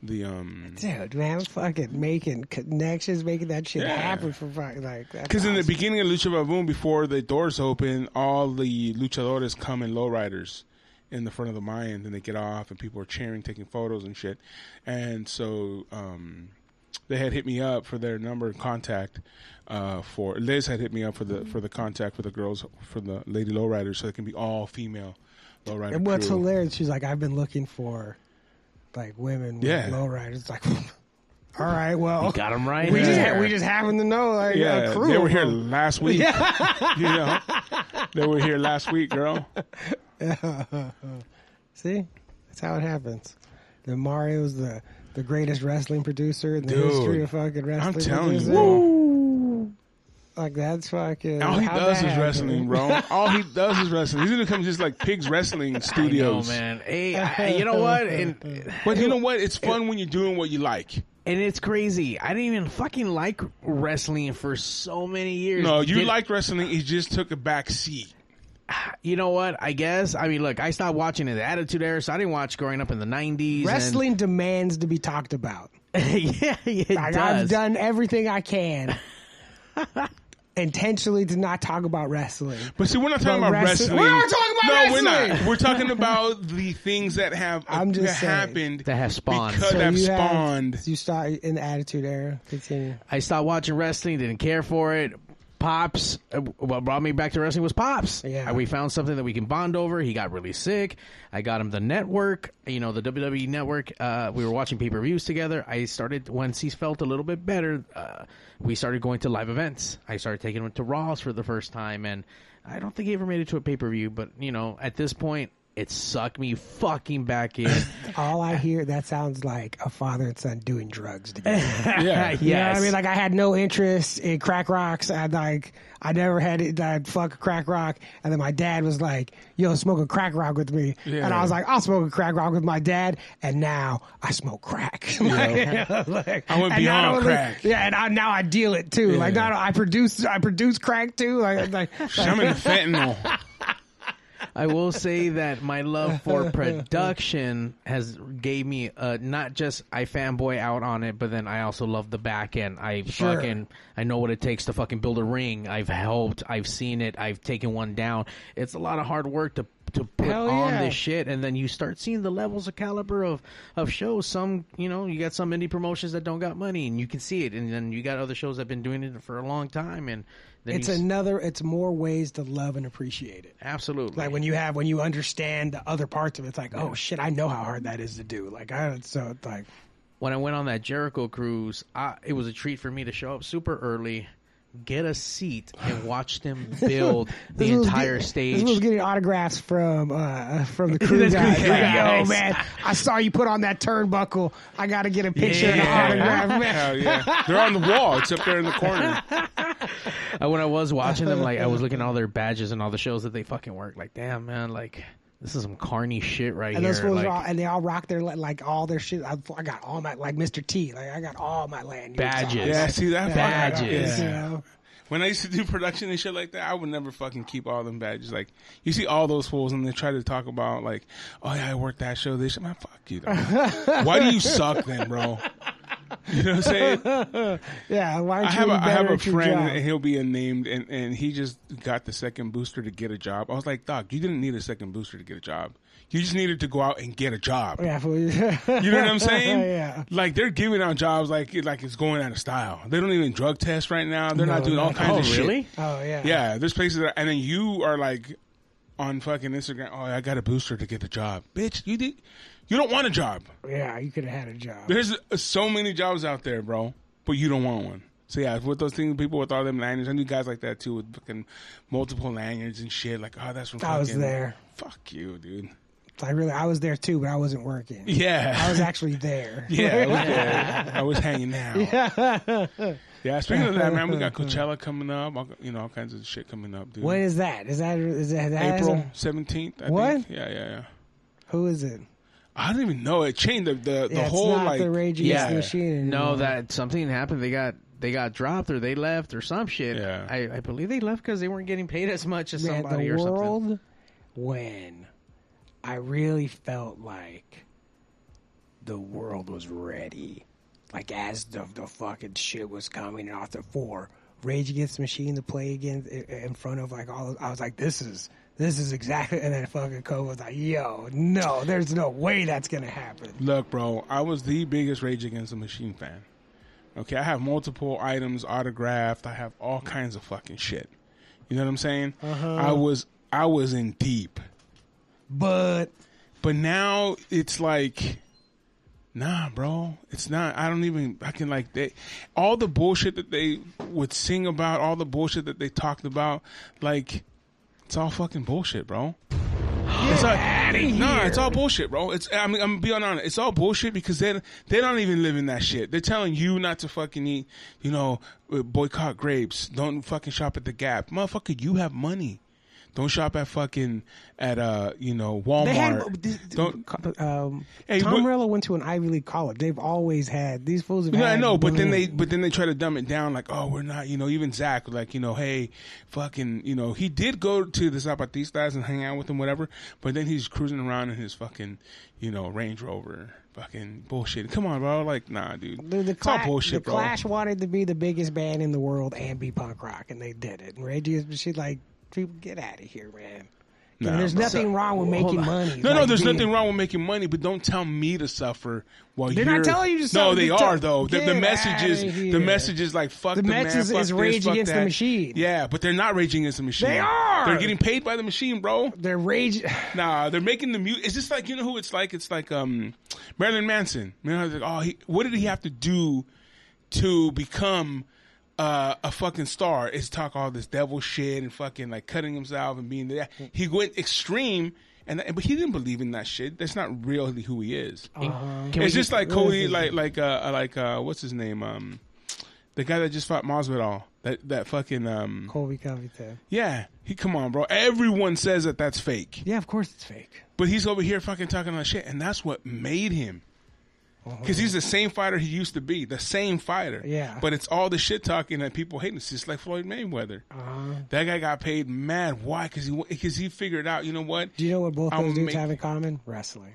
[SPEAKER 2] the um
[SPEAKER 3] Dude, man, I'm fucking making connections, making that shit
[SPEAKER 2] Yeah.
[SPEAKER 3] happen for fucking like that.
[SPEAKER 2] because in the beginning of Lucha Baboon, before the doors open, all the luchadores come in lowriders in the front of the Mayan, then they get off and people are cheering, taking photos and shit. And so um, they had hit me up for their number and contact uh, for Liz had hit me up for the for the contact for the girls for the lady lowriders, so it can be all female lowrider.
[SPEAKER 3] and what's
[SPEAKER 2] crew.
[SPEAKER 3] hilarious, she's like, I've been looking for like women with
[SPEAKER 2] Yeah.
[SPEAKER 3] lowriders. It's like, all right, well,
[SPEAKER 4] Got them right.
[SPEAKER 3] we just
[SPEAKER 4] there.
[SPEAKER 3] ha- we just happen to know like
[SPEAKER 2] Yeah,
[SPEAKER 3] a crew.
[SPEAKER 2] they were here
[SPEAKER 3] of 'em.
[SPEAKER 2] last week. you know, they were here last week, girl.
[SPEAKER 3] See, that's how it happens. The Mario's the the greatest wrestling producer in the
[SPEAKER 2] Dude,
[SPEAKER 3] history of fucking wrestling.
[SPEAKER 2] I'm telling you,
[SPEAKER 3] producing.
[SPEAKER 2] bro.
[SPEAKER 3] Like that's fucking.
[SPEAKER 2] All he
[SPEAKER 3] how'd
[SPEAKER 2] does
[SPEAKER 3] that
[SPEAKER 2] is
[SPEAKER 3] happen?
[SPEAKER 2] wrestling, bro. All he does is wrestling. He's gonna come just like Pigs Wrestling Studios.
[SPEAKER 4] I know, man. Hey, I, you know what? And
[SPEAKER 2] But you know what? It's fun when you're doing what you like.
[SPEAKER 4] and it's crazy. I didn't even fucking like wrestling for so many years.
[SPEAKER 2] No, you
[SPEAKER 4] Did-
[SPEAKER 2] like wrestling. It just took a back seat.
[SPEAKER 4] You know what? I guess. I mean, look, I stopped watching his Attitude Era, so I didn't watch growing up in the '90s. and-
[SPEAKER 3] Wrestling demands to be talked about.
[SPEAKER 4] yeah, it
[SPEAKER 3] Like I've
[SPEAKER 4] does.
[SPEAKER 3] done everything I can intentionally to not talk about wrestling.
[SPEAKER 2] But see, we're not talking
[SPEAKER 3] But
[SPEAKER 2] about
[SPEAKER 3] wrestling-
[SPEAKER 2] wrestling.
[SPEAKER 3] We're not talking about
[SPEAKER 2] no, we're not.
[SPEAKER 3] wrestling!
[SPEAKER 2] We're talking about the things that have
[SPEAKER 3] I'm just
[SPEAKER 2] that
[SPEAKER 3] saying.
[SPEAKER 2] happened
[SPEAKER 4] That have spawned.
[SPEAKER 2] because
[SPEAKER 3] So
[SPEAKER 2] that have
[SPEAKER 3] you have-
[SPEAKER 2] spawned.
[SPEAKER 3] you start in the Attitude Era. Continue.
[SPEAKER 4] I stopped watching wrestling. Didn't care for it. Pops, uh, what brought me back to wrestling was Pops.
[SPEAKER 3] Yeah.
[SPEAKER 4] Uh, we found something that we can bond over. He got really sick. I got him the network, you know, the WWE network. Uh, we were watching pay per views together. I started once he felt a little bit better. Uh, we started going to live events. I started taking him to Raws for the first time, and I don't think he ever made it to a pay per view. But you know, at this point, it sucked me fucking back in.
[SPEAKER 3] All I hear that sounds like a father and son doing drugs together.
[SPEAKER 2] Yeah.
[SPEAKER 4] yes.
[SPEAKER 3] You know what I mean? Like I had no interest in crack rocks. I like I never had it I'd fuck a crack rock. And then my dad was like, Yo, smoke a crack rock with me.
[SPEAKER 2] Yeah.
[SPEAKER 3] And I was like, I'll smoke a crack rock with my dad and now I smoke crack. Like,
[SPEAKER 2] I went
[SPEAKER 3] and not
[SPEAKER 2] beyond
[SPEAKER 3] only-
[SPEAKER 2] crack.
[SPEAKER 3] Yeah, and I, now I deal it too. Like
[SPEAKER 2] Yeah.
[SPEAKER 3] not I produce I produce crack too. Like like,
[SPEAKER 2] I'm in fentanyl.
[SPEAKER 4] I will say that my love for production has gave me uh, not just I fanboy out on it, but then I also love the back end. I
[SPEAKER 3] Sure.
[SPEAKER 4] fucking I know what it takes to fucking build a ring. I've helped. I've seen it. I've taken one down. It's a lot of hard work to to put
[SPEAKER 3] Hell
[SPEAKER 4] on
[SPEAKER 3] yeah.
[SPEAKER 4] this shit, and then you start seeing the levels of caliber of of shows. Some you know you got some indie promotions that don't got money, and you can see it, and then you got other shows that've been doing it for a long time, and then
[SPEAKER 3] it's
[SPEAKER 4] you s-
[SPEAKER 3] another it's more ways to love and appreciate it.
[SPEAKER 4] absolutely
[SPEAKER 3] Like when you have when you understand the other parts of it, it's like, oh shit, I know how hard that is to do. Like I so it's like
[SPEAKER 4] when I went on that Jericho cruise, I, it was a treat for me to show up super early, get a seat, and watch them build the
[SPEAKER 3] This was
[SPEAKER 4] entire
[SPEAKER 3] get-
[SPEAKER 4] stage.
[SPEAKER 3] This was getting autographs from uh, from the crew guy.
[SPEAKER 4] crew guys.
[SPEAKER 3] Yo, man, I saw you put on that turnbuckle. I got to get a picture and
[SPEAKER 4] Yeah.
[SPEAKER 3] an autograph, man.
[SPEAKER 2] Hell yeah. They're on the wall. It's up there in the corner.
[SPEAKER 4] And Uh, when I was watching them, like I was looking at all their badges and all the shows that they fucking work. Like, damn man, like this is some carny shit right
[SPEAKER 3] And
[SPEAKER 4] here.
[SPEAKER 3] those fools
[SPEAKER 4] like,
[SPEAKER 3] are all, and they all rock their like all their shit. I, I got all my like Mr. T, like I got all my land use.
[SPEAKER 4] Badges.
[SPEAKER 2] Yeah, see that fucking-
[SPEAKER 4] Badges.
[SPEAKER 3] You
[SPEAKER 2] yeah.
[SPEAKER 3] know?
[SPEAKER 2] When I used to do production and shit like that, I would never fucking keep all them badges. Like you see all those fools and they try to talk about like, oh yeah, I worked that show. This shit, man, fuck you. dog. Why do you suck then, bro? You know what I'm saying?
[SPEAKER 3] Yeah,
[SPEAKER 2] I
[SPEAKER 3] why aren't you
[SPEAKER 2] have a,
[SPEAKER 3] any
[SPEAKER 2] I have
[SPEAKER 3] better
[SPEAKER 2] a
[SPEAKER 3] at your
[SPEAKER 2] friend
[SPEAKER 3] job?
[SPEAKER 2] and he'll be unnamed and, and he just got the second booster to get a job. I was like, Doc, you didn't need a second booster to get a job. You just needed to go out and get a job.
[SPEAKER 3] Yeah, fool. you
[SPEAKER 2] You know what I'm saying?
[SPEAKER 3] yeah.
[SPEAKER 2] Like they're giving out jobs like it- like it's going out of style. They don't even drug test right now. They're not
[SPEAKER 3] No,
[SPEAKER 2] doing all
[SPEAKER 3] no.
[SPEAKER 2] kinds
[SPEAKER 4] oh
[SPEAKER 2] of shit.
[SPEAKER 4] really?
[SPEAKER 3] Oh yeah.
[SPEAKER 2] Yeah, there's places that, and then you are like on fucking Instagram. Oh, I got a booster to get the job, bitch. You did. You don't want a job.
[SPEAKER 3] Yeah, you could have had a job.
[SPEAKER 2] There's so many jobs out there, bro, but you don't want one. So yeah, with those things, people with all them lanyards, I knew guys like that too with fucking multiple lanyards and shit. Like, oh, that's from.
[SPEAKER 3] I was
[SPEAKER 2] fucking-
[SPEAKER 3] there.
[SPEAKER 2] Fuck you, dude.
[SPEAKER 3] I really, I was there too, but I wasn't working.
[SPEAKER 2] Yeah,
[SPEAKER 3] I was actually there.
[SPEAKER 2] Yeah, I was, there. I was hanging out. Yeah. speaking of that, man, we got Coachella coming up. all- You know, all kinds of shit coming up, dude.
[SPEAKER 3] When is that? Is that is that, that is
[SPEAKER 2] April
[SPEAKER 3] a-
[SPEAKER 2] seventeenth.
[SPEAKER 3] What?
[SPEAKER 2] Think. Yeah, yeah, yeah.
[SPEAKER 3] who is it?
[SPEAKER 2] I don't even know. It changed the the, the
[SPEAKER 3] Yeah, it's
[SPEAKER 2] whole
[SPEAKER 3] not
[SPEAKER 2] like
[SPEAKER 3] the Rage Against
[SPEAKER 2] yeah.
[SPEAKER 3] the Machine. Anymore.
[SPEAKER 4] No, that something happened. They got they got dropped or they left or some shit.
[SPEAKER 2] Yeah.
[SPEAKER 4] I, I believe they left because they weren't getting paid as much as
[SPEAKER 3] Man,
[SPEAKER 4] somebody
[SPEAKER 3] the
[SPEAKER 4] or
[SPEAKER 3] world
[SPEAKER 4] something.
[SPEAKER 3] when I really felt like the world was ready, like as the the fucking shit was coming off the floor, Rage Against the Machine to play against i- in front of like all. I was like, this is. This is exactly, and then fucking COVID was like, "Yo, no, there's no way that's gonna happen."
[SPEAKER 2] Look, bro, I was the biggest Rage Against the Machine fan. Okay, I have multiple items autographed. I have all kinds of fucking shit. You know what I'm saying?
[SPEAKER 3] Uh-huh.
[SPEAKER 2] I was I was in deep.
[SPEAKER 3] But
[SPEAKER 2] But now it's like, nah, bro, it's not. I don't even. I can like they, all the bullshit that they would sing about, all the bullshit that they talked about, like it's all fucking bullshit, bro. It's all, Nah, it's all bullshit, bro. It's I mean, I'm being honest. It's all bullshit because they they don't even live in that shit. They're telling you not to fucking eat, you know, uh, boycott grapes. Don't fucking shop at the Gap, motherfucker. You have money. Don't shop at fucking at uh you know Walmart.
[SPEAKER 3] They had d- d-
[SPEAKER 2] don't
[SPEAKER 3] um,
[SPEAKER 2] Hey,
[SPEAKER 3] Tom
[SPEAKER 2] what-
[SPEAKER 3] Morello went to an Ivy League college. They've always had these fools. Have
[SPEAKER 2] Yeah,
[SPEAKER 3] had
[SPEAKER 2] I know, but then
[SPEAKER 3] balloons.
[SPEAKER 2] they but then they try to dumb it down like, oh, we're not, you know, even Zach, like, you know, hey, fucking, you know, he did go to the Zapatistas and hang out with them, whatever, but then he's cruising around in his fucking, you know, Range Rover, fucking bullshit. Come on, bro, like, nah, dude,
[SPEAKER 3] The, the,
[SPEAKER 2] it's all
[SPEAKER 3] Cla-
[SPEAKER 2] bullshit,
[SPEAKER 3] the
[SPEAKER 2] bro.
[SPEAKER 3] Clash wanted to be the biggest band in the world and be punk rock, and they did it. And Reggie, she like, people get out of here, man.
[SPEAKER 2] Nah,
[SPEAKER 3] And there's
[SPEAKER 2] bro.
[SPEAKER 3] nothing wrong with making money.
[SPEAKER 2] No, no,
[SPEAKER 3] Like,
[SPEAKER 2] there's
[SPEAKER 3] being-
[SPEAKER 2] nothing wrong with making money, but don't tell me to suffer while
[SPEAKER 3] They're
[SPEAKER 2] you're.
[SPEAKER 3] not telling you to
[SPEAKER 2] No,
[SPEAKER 3] suffer.
[SPEAKER 2] they
[SPEAKER 3] They
[SPEAKER 2] are
[SPEAKER 3] tell-
[SPEAKER 2] though. The, the
[SPEAKER 3] Get
[SPEAKER 2] message
[SPEAKER 3] outta
[SPEAKER 2] is the
[SPEAKER 3] here.
[SPEAKER 2] message is like fuck the,
[SPEAKER 3] The
[SPEAKER 2] man,
[SPEAKER 3] message
[SPEAKER 2] fuck
[SPEAKER 3] is
[SPEAKER 2] this,
[SPEAKER 3] Rage
[SPEAKER 2] fuck
[SPEAKER 3] Against the
[SPEAKER 2] that.
[SPEAKER 3] Machine.
[SPEAKER 2] Yeah, but they're not raging against the machine.
[SPEAKER 3] They are!
[SPEAKER 2] They're getting paid by the machine, bro.
[SPEAKER 3] They're rage.
[SPEAKER 4] Uh-huh.
[SPEAKER 2] Nah, they're making the music. It's just like you know who it's like. It's like um, Marilyn Manson. You know, like, oh, he, what did he have to do to become uh, a fucking star? Is talk all this devil shit and fucking like cutting himself and being that. He went extreme, and but he didn't believe in that shit. That's not really who he is.
[SPEAKER 4] Can
[SPEAKER 2] It's
[SPEAKER 4] we
[SPEAKER 2] just like Cody, like like uh, like uh, what's his name? Um, the guy that just fought Masvidal. That that fucking um,
[SPEAKER 3] Colby Covington.
[SPEAKER 2] yeah. He come on, bro. Everyone says that that's fake.
[SPEAKER 3] Yeah, of course it's fake.
[SPEAKER 2] But he's over here fucking talking all that shit, and that's what made him.
[SPEAKER 3] Uh-huh.
[SPEAKER 2] Because he's the same fighter he used to be, the same fighter.
[SPEAKER 3] Yeah.
[SPEAKER 2] But it's all the shit talking that people hate. It's just like Floyd Mayweather.
[SPEAKER 3] Uh-huh.
[SPEAKER 4] Uh-huh.
[SPEAKER 2] That guy got paid mad. Why? Because he because he figured out. You know what?
[SPEAKER 3] Do you know what both
[SPEAKER 2] I'll
[SPEAKER 3] those dudes
[SPEAKER 2] make-
[SPEAKER 3] have in common? Wrestling.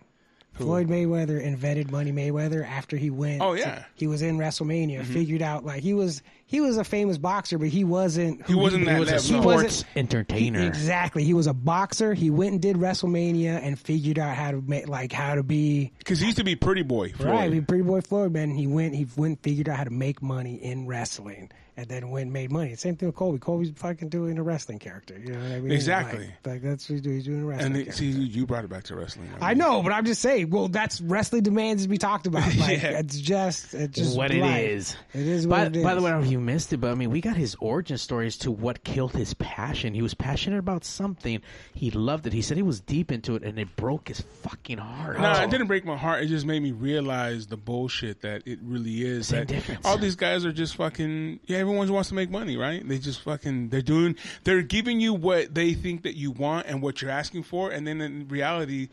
[SPEAKER 3] Floyd Mayweather invented Money Mayweather after he went.
[SPEAKER 2] Oh, yeah. Mm-hmm.
[SPEAKER 3] he was in WrestleMania. Figured out like he was he was a famous boxer, but he wasn't.
[SPEAKER 2] He wasn't that
[SPEAKER 4] was a
[SPEAKER 2] level.
[SPEAKER 3] he
[SPEAKER 4] sports
[SPEAKER 3] wasn't-
[SPEAKER 4] entertainer.
[SPEAKER 3] Exactly. He was a boxer. He went and did WrestleMania and figured out how to make like how to be
[SPEAKER 2] Because he used to be Pretty Boy. Floyd.
[SPEAKER 3] right. Be pretty boy Floyd man. And He went. He went and figured out how to make money in wrestling, and then went and made money. Same thing with Colby. Colby's fucking doing a wrestling character. You know what I mean?
[SPEAKER 2] Exactly.
[SPEAKER 3] Like, like, that's what he's doing. He's doing a wrestling.
[SPEAKER 2] And it,
[SPEAKER 3] character.
[SPEAKER 2] see, you brought it back to wrestling.
[SPEAKER 3] I know, but I'm just saying. Well, that's wrestling demands to be talked about. Like,
[SPEAKER 2] Yeah.
[SPEAKER 3] It's just, it's just
[SPEAKER 4] what
[SPEAKER 3] life.
[SPEAKER 4] it is.
[SPEAKER 3] It is what
[SPEAKER 4] by,
[SPEAKER 3] it is.
[SPEAKER 4] by the way, I don't know if you missed it, but I mean, we got his origin stories to what killed his passion. He was passionate about something. He loved it. He said he was deep into it, and it broke his fucking heart.
[SPEAKER 2] No,
[SPEAKER 3] Oh.
[SPEAKER 2] it didn't break my heart. It just made me realize the bullshit that it really is.
[SPEAKER 4] Same
[SPEAKER 2] That
[SPEAKER 4] difference.
[SPEAKER 2] all these guys are just fucking. Yeah, everyone wants to make money, right? They just fucking. They're doing. They're giving you what they think that you want and what you're asking for, and then in reality,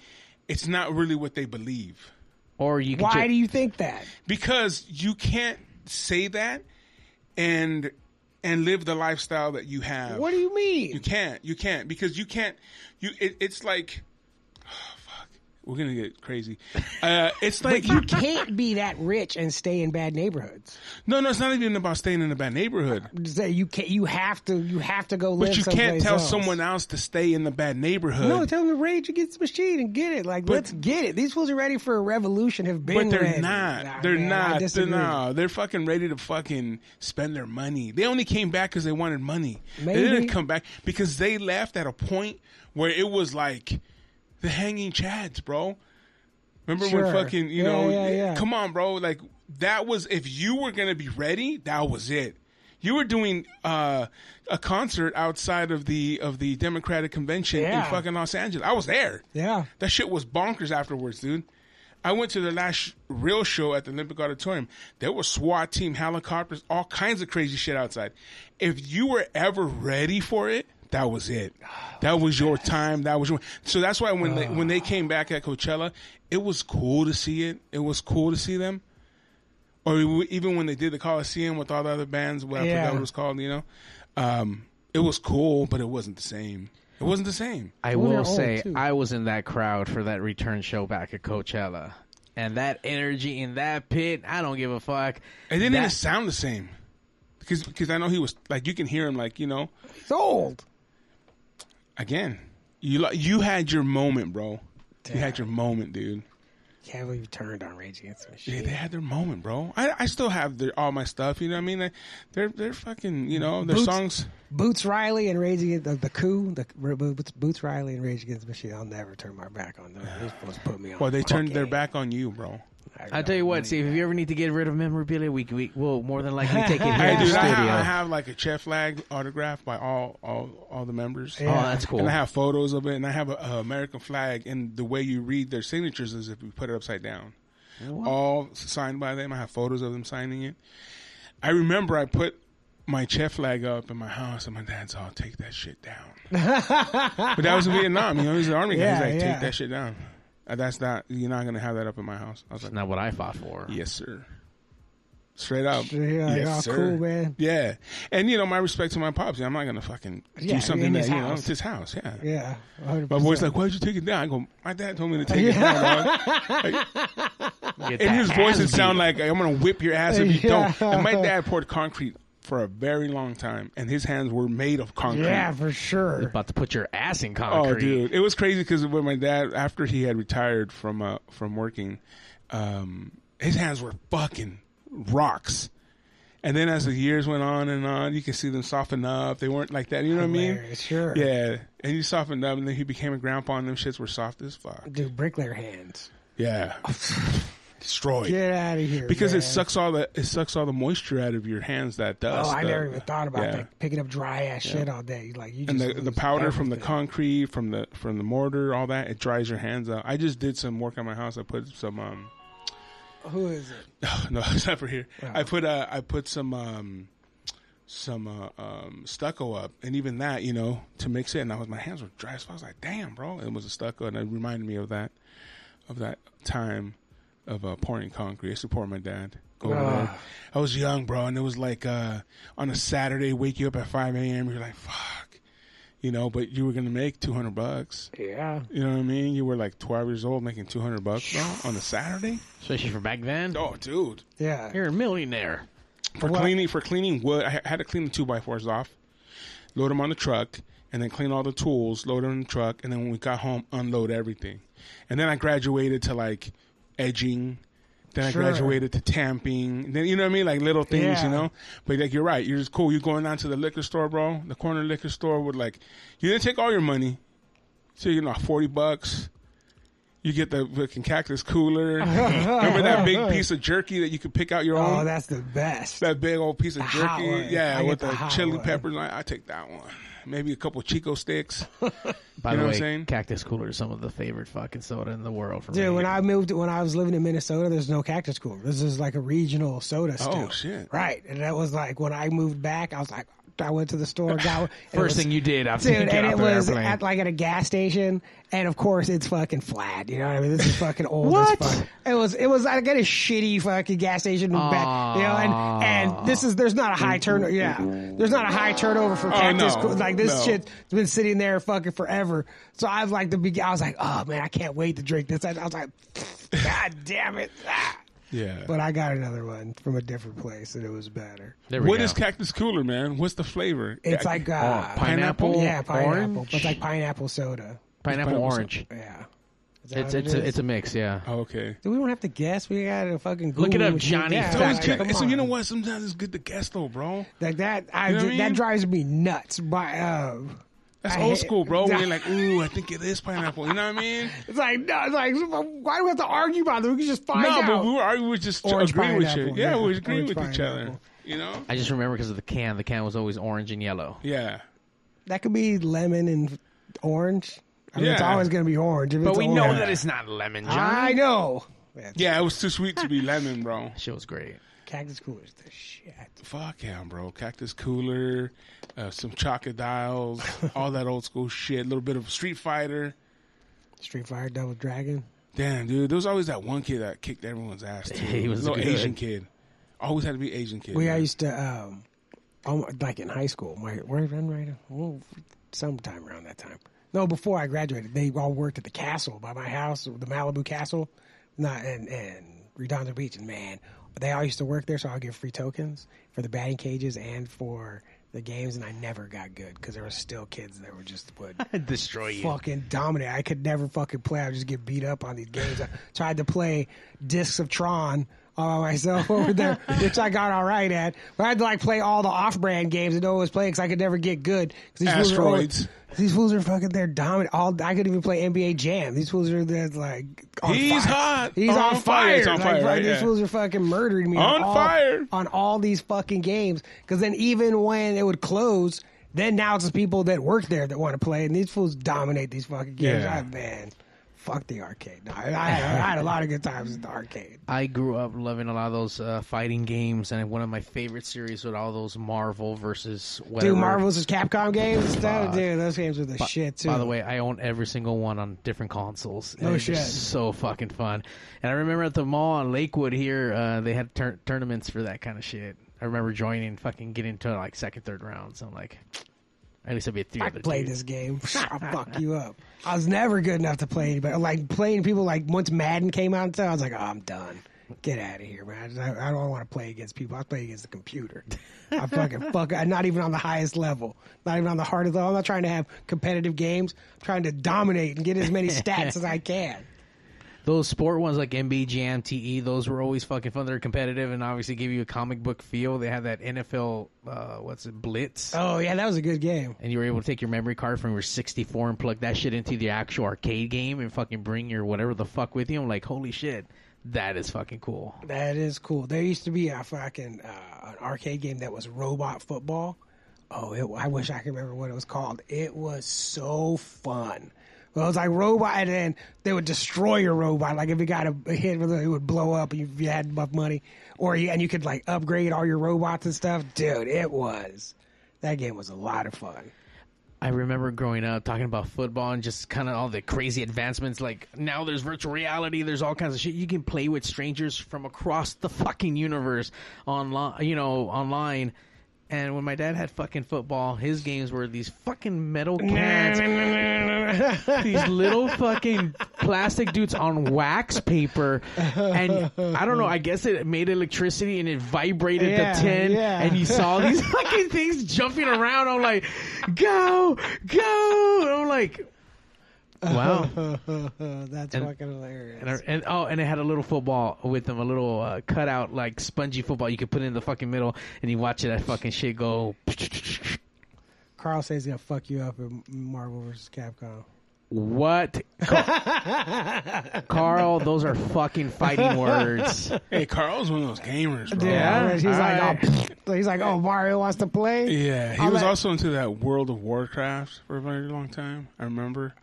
[SPEAKER 2] it's not really what they believe
[SPEAKER 4] Or you. Could
[SPEAKER 3] Why
[SPEAKER 4] ju-
[SPEAKER 3] do you think that?
[SPEAKER 2] because you can't say that and and live the lifestyle that you have.
[SPEAKER 3] What do you mean?
[SPEAKER 2] You can't. You can't because you can't. You. It, it's like. fuck. We're gonna get crazy. Uh, it's like
[SPEAKER 3] you can't be that rich and stay in bad neighborhoods.
[SPEAKER 2] No, no, it's not even about staying in a bad neighborhood.
[SPEAKER 3] Say You can You have to. You have to go live.
[SPEAKER 2] But you can't
[SPEAKER 3] someplace
[SPEAKER 2] tell
[SPEAKER 3] else.
[SPEAKER 2] someone else to stay in the bad neighborhood.
[SPEAKER 3] No, tell them to rage against the machine and get it. Like, let's get it. These fools are ready for a revolution. Have
[SPEAKER 2] but
[SPEAKER 3] been,
[SPEAKER 2] they're
[SPEAKER 3] ready.
[SPEAKER 2] not.
[SPEAKER 3] Nah,
[SPEAKER 2] they're
[SPEAKER 3] man, I
[SPEAKER 2] not. They're
[SPEAKER 3] disagree.
[SPEAKER 2] not. They're fucking ready to fucking spend their money. They only came back because they wanted money. They
[SPEAKER 3] Maybe.
[SPEAKER 2] didn't come back because they left at a point where it was like the hanging chads, bro. Remember
[SPEAKER 3] Sure.
[SPEAKER 2] when fucking you
[SPEAKER 3] Yeah,
[SPEAKER 2] know?
[SPEAKER 3] yeah, yeah.
[SPEAKER 2] Come on, bro. Like that was if you were gonna be ready, that was it. You were doing uh, a concert outside of the of the Democratic convention in
[SPEAKER 3] Yeah.
[SPEAKER 2] fucking Los Angeles. I was there.
[SPEAKER 3] Yeah.
[SPEAKER 2] That shit was bonkers afterwards, dude. I went to the last sh- real show at the Olympic Auditorium. There was SWAT team helicopters, all kinds of crazy shit outside. If you were ever ready for it, that was it. That was your time. That was your. So that's why when they, when they came back at Coachella, it was cool to see it. It was cool to see them. Or e- even when they did the Coliseum with all the other bands, what I
[SPEAKER 3] Yeah.
[SPEAKER 2] forgot what it was called, you know, um, it was cool, but it wasn't the same. It wasn't the same.
[SPEAKER 4] I
[SPEAKER 3] Well, they're
[SPEAKER 4] will
[SPEAKER 3] old,
[SPEAKER 4] say
[SPEAKER 3] too.
[SPEAKER 4] I was in that crowd for that return show back at Coachella, and that energy in that pit, I don't give a fuck.
[SPEAKER 2] It didn't even
[SPEAKER 4] That-
[SPEAKER 2] sound the same. Because because I know he was like you can hear him like you know
[SPEAKER 3] It's old.
[SPEAKER 2] again you li- you had your moment bro you had your moment dude
[SPEAKER 3] Can't believe you turned on Rage Against the Machine.
[SPEAKER 2] yeah, they had their moment bro I, I still have their all my stuff you know what I mean They- they're they're fucking you know their
[SPEAKER 3] Boots-
[SPEAKER 2] songs
[SPEAKER 3] Boots Riley and Rage Against the, the coup, the Boots, Boots Riley and Rage Against the Machine. I'll never turn my back on them. These folks put me on.
[SPEAKER 2] well they
[SPEAKER 3] the
[SPEAKER 2] turned
[SPEAKER 3] fucking-
[SPEAKER 2] their back on you bro
[SPEAKER 4] I tell you what, Steve. If you ever need to get rid of memorabilia, we we will more than likely take it here
[SPEAKER 2] Hey,
[SPEAKER 4] in the
[SPEAKER 2] dude,
[SPEAKER 4] studio.
[SPEAKER 2] I have, I have like a Chet flag autographed by all all, all the members.
[SPEAKER 4] oh, that's cool.
[SPEAKER 2] And I have photos of it, and I have an American flag. And the way you read their signatures is if you put it upside down. All signed by them. I have photos of them signing it. I remember I put my Chet flag up in my house, and my dad's all, "Take that shit down." but that was in Vietnam. You know, he's an army guy.
[SPEAKER 3] Yeah,
[SPEAKER 2] He's like,
[SPEAKER 3] yeah.
[SPEAKER 2] "Take that shit down." Uh, That's not. You're not gonna have that up in my house. I was like,
[SPEAKER 4] Not what I fought for.
[SPEAKER 2] Yes, sir. Straight up.
[SPEAKER 3] Yeah,
[SPEAKER 2] yes,
[SPEAKER 3] y'all
[SPEAKER 2] sir.
[SPEAKER 3] cool, man.
[SPEAKER 2] Yeah. And, you know, my respect to my pops. I'm not going to fucking
[SPEAKER 3] Yeah,
[SPEAKER 2] do something
[SPEAKER 3] in
[SPEAKER 2] that,
[SPEAKER 3] his
[SPEAKER 2] you know,
[SPEAKER 3] house.
[SPEAKER 2] it's his house. Yeah.
[SPEAKER 3] Yeah.
[SPEAKER 2] My
[SPEAKER 3] 100%.
[SPEAKER 2] boy's like, why'd you take it down? I go, my dad told me to take it down. dog."
[SPEAKER 4] Get
[SPEAKER 2] In
[SPEAKER 4] that
[SPEAKER 2] his voice,
[SPEAKER 4] ass
[SPEAKER 2] it sounded
[SPEAKER 4] beat.
[SPEAKER 2] like, I'm going to whip your ass if you
[SPEAKER 3] Yeah.
[SPEAKER 2] don't. And my dad poured concrete for a very long time, and his hands were made of concrete.
[SPEAKER 3] Yeah, for sure.
[SPEAKER 4] about to put your ass in concrete.
[SPEAKER 2] Oh, dude, it was crazy because when my dad, after he had retired from uh, from working, um, his hands were fucking rocks. And then as the years went on and on, you can see them soften up. They weren't like that. You know what I mean?
[SPEAKER 3] Hilarious, Sure.
[SPEAKER 2] Yeah. And he softened up, and then he became a grandpa, and them shits were soft as fuck.
[SPEAKER 3] Dude, bricklayer hands.
[SPEAKER 2] Yeah. Destroyed.
[SPEAKER 3] Get out of here.
[SPEAKER 2] Because
[SPEAKER 3] man.
[SPEAKER 2] it sucks all the it sucks all the moisture out of your hands. That dust.
[SPEAKER 3] Oh, I
[SPEAKER 2] the-
[SPEAKER 3] never even thought about
[SPEAKER 2] yeah.
[SPEAKER 3] that. Picking up dry ass shit all day. Like you just
[SPEAKER 2] and the, the
[SPEAKER 3] lose
[SPEAKER 2] powder from the
[SPEAKER 3] everything.
[SPEAKER 2] concrete from the from the mortar all that it dries your hands out i just did some work on my house i put some um
[SPEAKER 3] Who is it?
[SPEAKER 2] no it's not for here i put uh i put some um some uh, um stucco up and even that you know to mix it and i was my hands were dry as fuck. i was like damn bro it was a stucco and it reminded me of that of that time of uh, pouring concrete. I used to pour my dad. Go over there. I was young, bro, and it was like uh, on a Saturday, wake you up at five a.m. You're like, fuck, you know, but you were gonna make two hundred bucks.
[SPEAKER 3] Yeah.
[SPEAKER 2] You know what I mean? You were like twelve years old, making two hundred bucks, bro, on a Saturday.
[SPEAKER 4] Especially for back then.
[SPEAKER 2] Oh, dude,
[SPEAKER 3] Yeah.
[SPEAKER 4] You're a millionaire.
[SPEAKER 2] for cleaning for cleaning wood, I ha- had to clean the two by fours off, load them on the truck, and then clean all the tools, load them in the truck, and then when we got home, unload everything. And then I graduated to like edging. Then
[SPEAKER 3] Sure.
[SPEAKER 2] I graduated to tamping. Then you know what I mean, like little things,
[SPEAKER 3] Yeah.
[SPEAKER 2] you know. But like you're right, you're just cool. You're going down to the liquor store, bro. The corner liquor store would like you didn't take all your money, so you know forty bucks. You get the fucking cactus cooler. Remember that big piece of jerky that you could pick out your own?
[SPEAKER 3] Oh, that's the best.
[SPEAKER 2] that big old piece of
[SPEAKER 3] hot
[SPEAKER 2] jerky.
[SPEAKER 3] one.
[SPEAKER 2] Yeah,
[SPEAKER 3] I get
[SPEAKER 2] with
[SPEAKER 3] the
[SPEAKER 2] the,
[SPEAKER 3] hot
[SPEAKER 2] chili
[SPEAKER 3] one.
[SPEAKER 2] peppers. I, I take that one. Maybe a couple Chico sticks.
[SPEAKER 4] By
[SPEAKER 2] You
[SPEAKER 4] the
[SPEAKER 2] know what I'm
[SPEAKER 4] way,
[SPEAKER 2] saying?
[SPEAKER 4] Cactus Cooler is some of the favorite fucking soda in the world for me.
[SPEAKER 3] Dude, when I moved, when I was living in Minnesota, there's no cactus cooler. This is like a regional soda.
[SPEAKER 4] Oh,
[SPEAKER 3] Still.
[SPEAKER 2] shit.
[SPEAKER 3] Right, and that was like when I moved back. I was like, I went to the store. Got one, and it
[SPEAKER 4] First
[SPEAKER 3] was-
[SPEAKER 4] thing you did after you
[SPEAKER 3] Dude,
[SPEAKER 4] get
[SPEAKER 3] and
[SPEAKER 4] off
[SPEAKER 3] it
[SPEAKER 4] the
[SPEAKER 3] was
[SPEAKER 4] airplane.
[SPEAKER 3] at like at a gas station, and of course it's fucking flat. You know what I mean? This is fucking old.
[SPEAKER 4] What?
[SPEAKER 3] As fuck. It was. It was like at a shitty fucking gas station. Back, you know, and and this is there's not a
[SPEAKER 4] Mm-hmm.
[SPEAKER 3] high turnover. Yeah, there's not a high turnover for cactus.
[SPEAKER 2] Oh, no.
[SPEAKER 3] Coo- Like this
[SPEAKER 2] No.
[SPEAKER 3] shit's been sitting there fucking forever. So I've like the big. I was like, oh man, I can't wait to drink this. I, I was like, god damn it. Ah.
[SPEAKER 2] Yeah.
[SPEAKER 3] But I got another one from a different place, and it was better.
[SPEAKER 4] there we
[SPEAKER 2] What
[SPEAKER 4] go. Ah,
[SPEAKER 2] is Cactus Cooler, man? What's the flavor? Yeah,
[SPEAKER 3] It's
[SPEAKER 2] Oh,
[SPEAKER 3] like
[SPEAKER 2] I-
[SPEAKER 3] uh,
[SPEAKER 4] pineapple,
[SPEAKER 3] yeah, pineapple.
[SPEAKER 4] orange?
[SPEAKER 3] But it's like pineapple soda.
[SPEAKER 4] pineapple
[SPEAKER 2] pineapple
[SPEAKER 4] orange?
[SPEAKER 3] Yeah. Is that what
[SPEAKER 4] It's
[SPEAKER 3] it
[SPEAKER 4] it's a,
[SPEAKER 3] is?
[SPEAKER 4] it's a mix, yeah.
[SPEAKER 2] Oh, okay.
[SPEAKER 3] we don't have to guess. We got to fucking Google
[SPEAKER 4] Look it up,
[SPEAKER 3] what you-
[SPEAKER 4] Johnny
[SPEAKER 3] Yeah,
[SPEAKER 2] It's
[SPEAKER 4] Fact
[SPEAKER 2] always
[SPEAKER 4] Fact
[SPEAKER 3] like,
[SPEAKER 2] good.
[SPEAKER 3] come
[SPEAKER 2] So you know
[SPEAKER 3] on.
[SPEAKER 2] what? Sometimes it's good to guess though, bro.
[SPEAKER 3] Like that, I,
[SPEAKER 2] know what I
[SPEAKER 3] that
[SPEAKER 2] mean?
[SPEAKER 3] drives me nuts. By uh,
[SPEAKER 2] That's
[SPEAKER 3] I
[SPEAKER 2] old
[SPEAKER 3] hate-
[SPEAKER 2] school, bro. When you're like, ooh, I think it is pineapple. You know what I mean?
[SPEAKER 3] it's like no, it's like why do we have to argue about it? We can just find
[SPEAKER 2] no,
[SPEAKER 3] out.
[SPEAKER 2] but we were, I was just
[SPEAKER 3] Orange
[SPEAKER 2] agreeing with you.
[SPEAKER 3] pineapple,
[SPEAKER 2] Yeah,
[SPEAKER 3] yeah.
[SPEAKER 2] we were agreeing
[SPEAKER 3] Orange
[SPEAKER 2] with each other.
[SPEAKER 3] pineapple.
[SPEAKER 2] You know?
[SPEAKER 4] I just remember because of the can. The can was always orange and yellow.
[SPEAKER 2] Yeah.
[SPEAKER 3] that could be lemon and orange. I mean, it's
[SPEAKER 2] Yeah.
[SPEAKER 3] always going to be orange. If
[SPEAKER 4] But
[SPEAKER 3] it's
[SPEAKER 4] we
[SPEAKER 3] orange.
[SPEAKER 4] know Ah, that it's not lemon,
[SPEAKER 3] I
[SPEAKER 4] John.
[SPEAKER 3] know. Man,
[SPEAKER 2] Yeah, it was too sweet to be lemon, bro.
[SPEAKER 4] Shit was great.
[SPEAKER 3] Cactus Cooler is the shit.
[SPEAKER 2] Fuck yeah, bro. Cactus Cooler, uh, some Chocodiles, all that old school shit. A little bit of Street Fighter.
[SPEAKER 3] Street Fighter, Double Dragon.
[SPEAKER 2] Damn, dude. There was always that one kid that kicked everyone's ass. Too.
[SPEAKER 4] He was
[SPEAKER 2] little
[SPEAKER 4] good.
[SPEAKER 2] Asian kid. Always had to be Asian kid.
[SPEAKER 3] We I
[SPEAKER 2] man.
[SPEAKER 3] used to, um, almost, like in high school, my where run right oh, sometime around that time. No, before I graduated, they all worked at the castle by my house, the Malibu Castle, not and and Redondo Beach, and man, they all used to work there, so I'll get free tokens for the batting cages and for the games, and I never got good because there were still kids that were just would
[SPEAKER 4] Destroy you.
[SPEAKER 3] fucking dominate. I could never fucking play. I would just get beat up on these games. I tried to play Discs of Tron all by myself over there, which I got all right at. But I had to like play all the off-brand games that no one was playing because I could never get good. 'Cause these fools are all-
[SPEAKER 2] Asteroids.
[SPEAKER 3] these fools are fucking. They're dominant. All I couldn't even play NBA Jam. These fools are they're like. On
[SPEAKER 2] He's
[SPEAKER 3] fire.
[SPEAKER 2] hot.
[SPEAKER 3] He's
[SPEAKER 2] Or
[SPEAKER 3] on,
[SPEAKER 2] on fire.
[SPEAKER 3] fire.
[SPEAKER 2] It's on
[SPEAKER 3] Like,
[SPEAKER 2] fire,
[SPEAKER 3] fuck,
[SPEAKER 2] right?
[SPEAKER 3] These
[SPEAKER 2] Yeah.
[SPEAKER 3] fools are fucking murdering me on
[SPEAKER 2] On
[SPEAKER 3] all-
[SPEAKER 2] fire.
[SPEAKER 3] on all these fucking games. Because then even when it would close. Then now it's the people that work there that want to play, and these fools dominate these fucking games.
[SPEAKER 2] Yeah.
[SPEAKER 3] Ah, man, fuck the arcade. No, I, I, had- I had a lot of good times at the arcade.
[SPEAKER 4] I grew up loving a lot of those uh, fighting games, and one of my favorite series was all those Marvel versus whatever.
[SPEAKER 3] Dude, Marvel's is Capcom games and stuff. Dude, those games are the shit too.
[SPEAKER 4] By the way, I own every single one on different consoles.
[SPEAKER 3] No
[SPEAKER 4] They're
[SPEAKER 3] shit.
[SPEAKER 4] just so fucking fun. And I remember at the mall on Lakewood here, uh, they had tur- tournaments for that kind of shit. I remember joining, fucking getting to like second, third rounds. I'm like, at least I'd be a three.
[SPEAKER 3] I
[SPEAKER 4] other
[SPEAKER 3] played
[SPEAKER 4] dudes.
[SPEAKER 3] this game. I'll fuck you up. I was never good enough to play anybody. Like playing people. Like once Madden came out, and stuff, I was like, oh, I'm done. Get out of here, man. I, just, I, I don't want to play against people. I play against the computer. I fucking fuck. I'm not even on the highest level. Not even on the hardest level. I'm not trying to have competitive games. I'm trying to dominate and get as many stats as I can.
[SPEAKER 4] Those sport ones like MBGM, TE, E, those were always fucking fun. They're competitive and obviously give you a comic book feel. They had that NFL, uh, what's it, Blitz.
[SPEAKER 3] Oh yeah, that was a good game.
[SPEAKER 4] and you were able to take your memory card from your 64 and plug that shit into the actual arcade game and fucking bring your whatever the fuck with you. I'm like, holy shit, that is fucking cool.
[SPEAKER 3] That is cool. There used to be a fucking uh, an arcade game that was robot football. Oh, it, I wish I could remember what it was called. It was so fun. Well, it was like robot, and then they would destroy your robot. Like if you got a, a hit with it, it would blow up. And if you had enough money, or you, and you could like upgrade all your robots and stuff. Dude, it was that game was a lot of fun.
[SPEAKER 4] I remember growing up talking about football and just kind of all the crazy advancements. Like now there's virtual reality, there's all kinds of shit. You can play with strangers from across the fucking universe online, you know, online. And when my dad had fucking football, his games were these fucking metal cans these little fucking plastic dudes on wax paper, and I don't know. I guess it made electricity and it vibrated
[SPEAKER 3] Yeah,
[SPEAKER 4] the tin,
[SPEAKER 3] yeah.
[SPEAKER 4] and you saw these fucking things jumping around. I'm like, go, go! And I'm like, wow.
[SPEAKER 3] That's fucking hilarious.
[SPEAKER 4] And, I- and oh, and it had a little football with them, a little uh, cutout like spongy football you could put in the fucking middle, and you watch it, that fucking shit go.
[SPEAKER 3] Carl says he's gonna fuck you up in Marvel vs. Capcom.
[SPEAKER 4] What, Carl? Those are fucking fighting words.
[SPEAKER 2] Hey, Carl's one of those gamers, bro. Yeah.
[SPEAKER 3] Yeah,
[SPEAKER 4] Yeah?
[SPEAKER 3] he's like, oh, he's like, oh, Mario wants to play.
[SPEAKER 2] he
[SPEAKER 3] I'll
[SPEAKER 2] was
[SPEAKER 3] let-
[SPEAKER 2] also into that World of Warcraft for a very long time. I remember.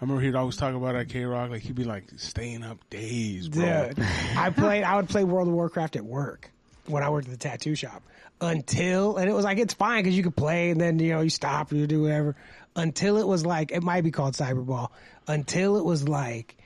[SPEAKER 2] I remember he'd always talk about it at K Rock. Like, he'd be like staying up days, bro.
[SPEAKER 3] Dude, I played. I would play World of Warcraft at work when I worked at the tattoo shop until, and it was like it's fine because you could play, and then you know you stop, you do whatever. Until it was like it might be called Cyberball. Until it was like,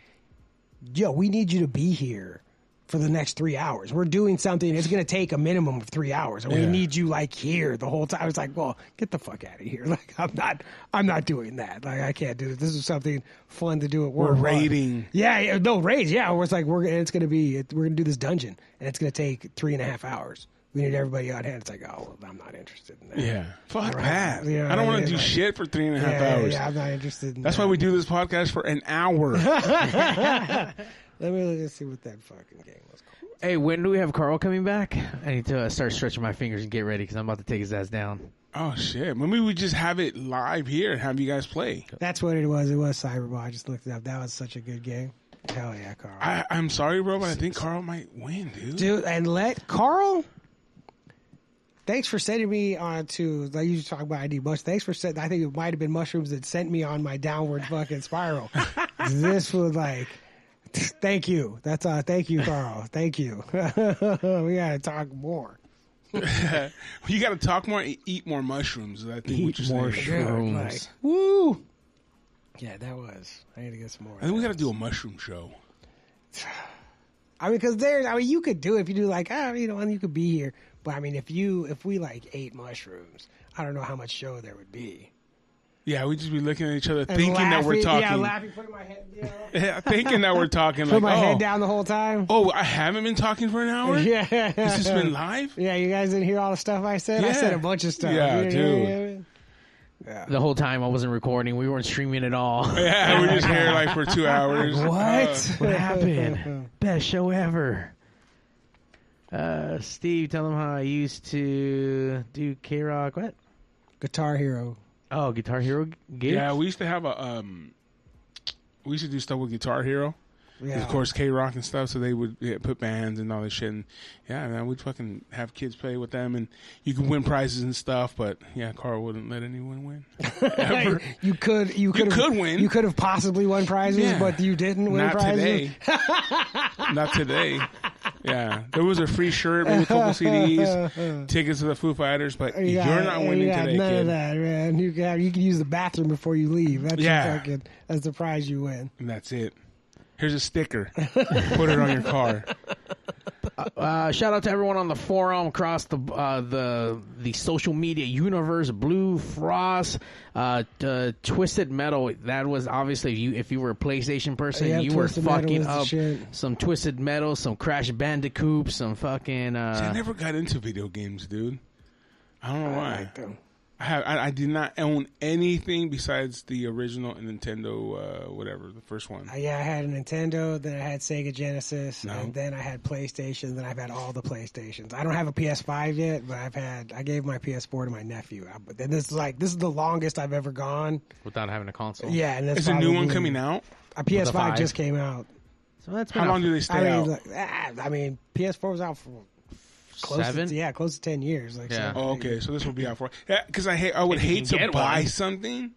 [SPEAKER 3] yo, we need you to be here for the next three hours. We're doing something. It's going to take a minimum of three hours, and we
[SPEAKER 2] Yeah.
[SPEAKER 3] need you like here the whole time. I was like, well, get the fuck out of here. Like I'm not, I'm not doing that. Like I can't do this. This is something fun to do at work.
[SPEAKER 2] We're
[SPEAKER 3] Fun.
[SPEAKER 2] raiding.
[SPEAKER 3] Yeah, yeah, no raids. Yeah, where it's like we're it's gonna be we're gonna do this dungeon and it's gonna take three and a half hours. We need everybody on hand. It's like, oh, well, I'm not interested in that.
[SPEAKER 2] Yeah. Fuck that.
[SPEAKER 3] Yeah,
[SPEAKER 2] I don't want
[SPEAKER 3] yeah,
[SPEAKER 2] to do
[SPEAKER 3] like-
[SPEAKER 2] shit for three and a half
[SPEAKER 3] yeah, yeah,
[SPEAKER 2] hours.
[SPEAKER 3] yeah, I'm not interested. In
[SPEAKER 2] That's
[SPEAKER 3] that.
[SPEAKER 2] why we do this podcast for an hour.
[SPEAKER 3] Let me look and see what that fucking game was called.
[SPEAKER 4] Hey, when do we have Carl coming back? I need to uh, start stretching my fingers and get ready because I'm about to take his ass down.
[SPEAKER 2] oh, shit. Maybe we just have it live here and have you guys play.
[SPEAKER 3] That's what it was. It was Cyberball. I just looked it up. That was such a good game. Hell yeah, Carl.
[SPEAKER 2] I, I'm sorry, bro, but I think Carl might win, dude.
[SPEAKER 3] Dude, and let Carl. Thanks for sending me on to. I used to talk about ID Mush. Thanks for sending. I think it might have been mushrooms that sent me on my downward fucking spiral. this was like, thank you. That's uh, thank you, Carl. Thank you. we gotta talk more.
[SPEAKER 2] You got to talk more and eat more mushrooms. is I think what
[SPEAKER 4] Eat
[SPEAKER 2] you're
[SPEAKER 4] more
[SPEAKER 2] saying.
[SPEAKER 3] Dude,
[SPEAKER 4] Shrooms.
[SPEAKER 3] like, woo. Yeah, that was. I need to get some more.
[SPEAKER 2] I think we got to do a mushroom show.
[SPEAKER 3] I mean, because there's, I mean, you could do it if you do like, oh, you know, and you could be here. But I mean, if you, if we like ate mushrooms, I don't know how much show there would be.
[SPEAKER 2] Yeah, we just be looking at each other,
[SPEAKER 3] And
[SPEAKER 2] thinking that we're
[SPEAKER 3] laughing-
[SPEAKER 2] talking,
[SPEAKER 3] Yeah, laughing, putting my head, you know,
[SPEAKER 2] Yeah, thinking that we're talking.
[SPEAKER 3] put
[SPEAKER 2] like,
[SPEAKER 3] my
[SPEAKER 2] oh,
[SPEAKER 3] head down the whole time.
[SPEAKER 2] oh, I haven't been talking for an hour.
[SPEAKER 3] yeah,
[SPEAKER 2] this has been live.
[SPEAKER 3] yeah. You guys didn't hear all the stuff I said. I
[SPEAKER 2] Yeah.
[SPEAKER 3] said a bunch of stuff.
[SPEAKER 2] Yeah,
[SPEAKER 3] you,
[SPEAKER 2] dude.
[SPEAKER 4] The whole time I wasn't recording, we weren't streaming at all.
[SPEAKER 2] Yeah, we're just here like for two hours.
[SPEAKER 3] What?
[SPEAKER 4] what happened? Best show ever. Uh, Steve, tell him how I used to do K Rock. What?
[SPEAKER 3] Guitar Hero.
[SPEAKER 4] Oh, Guitar Hero g- gigs?
[SPEAKER 2] Yeah, we used to have a um, we used to do stuff with Guitar Hero.
[SPEAKER 3] Yeah.
[SPEAKER 2] Of course, K Rock and stuff. So they would yeah, put bands and all this shit. And yeah, man, we'd fucking have kids play with them, and you could win prizes and stuff. But yeah, Carl wouldn't let anyone win. Ever.
[SPEAKER 3] You could you could
[SPEAKER 2] could win.
[SPEAKER 3] You could have possibly won prizes,
[SPEAKER 2] Yeah.
[SPEAKER 3] but you didn't win
[SPEAKER 2] Not
[SPEAKER 3] prizes.
[SPEAKER 2] today. Not today. Yeah, there was a free shirt, maybe a couple CDs, tickets to the Foo Fighters, but
[SPEAKER 3] You got-
[SPEAKER 2] you're not winning
[SPEAKER 3] you got
[SPEAKER 2] today,
[SPEAKER 3] None
[SPEAKER 2] kid.
[SPEAKER 3] of that, man. You got you can use the bathroom before you leave. That's your
[SPEAKER 2] Yeah.
[SPEAKER 3] fucking that's the prize you win.
[SPEAKER 2] And that's it. Here's a sticker. Put it on your car.
[SPEAKER 4] Uh, shout out to everyone on the forum across the uh, the the social media universe. Blue Frost, uh, uh, Twisted Metal. That was obviously you. If you were a PlayStation person,
[SPEAKER 3] Yeah,
[SPEAKER 4] you were
[SPEAKER 3] Twisted Metal
[SPEAKER 4] fucking
[SPEAKER 3] was the
[SPEAKER 4] up
[SPEAKER 3] shit.
[SPEAKER 4] some Twisted Metal, some Crash Bandicoot, some fucking.
[SPEAKER 2] I
[SPEAKER 4] Uh,
[SPEAKER 2] never got into video games, dude. I don't know why. I, have, I I did not own anything besides the original Nintendo, uh, whatever the first one.
[SPEAKER 3] Uh, Yeah, I had a Nintendo, then I had Sega Genesis,
[SPEAKER 2] No.
[SPEAKER 3] and then I had PlayStation. Then I've had all the PlayStations. I don't have a PS5 yet, but I've had. I gave my PS4 to my nephew. I, but then this is like this is the longest I've ever gone.
[SPEAKER 4] without having a console.
[SPEAKER 3] Yeah, and that's
[SPEAKER 2] Is a new one
[SPEAKER 3] probably-
[SPEAKER 2] coming out?
[SPEAKER 3] A PS5
[SPEAKER 4] five.
[SPEAKER 3] just came out.
[SPEAKER 4] So that's been
[SPEAKER 2] How
[SPEAKER 4] a-
[SPEAKER 2] long do they stay
[SPEAKER 3] I mean,
[SPEAKER 2] out?
[SPEAKER 3] like, ah, I mean, PS4 was out for close
[SPEAKER 4] Seven?
[SPEAKER 3] To, yeah, close to ten years. Like,
[SPEAKER 4] Yeah.
[SPEAKER 3] so-
[SPEAKER 2] oh, okay, so this will be out for. Yeah, because I hate. I would
[SPEAKER 4] If you
[SPEAKER 2] hate
[SPEAKER 4] can
[SPEAKER 2] to
[SPEAKER 4] get
[SPEAKER 2] buy
[SPEAKER 4] one.
[SPEAKER 2] something,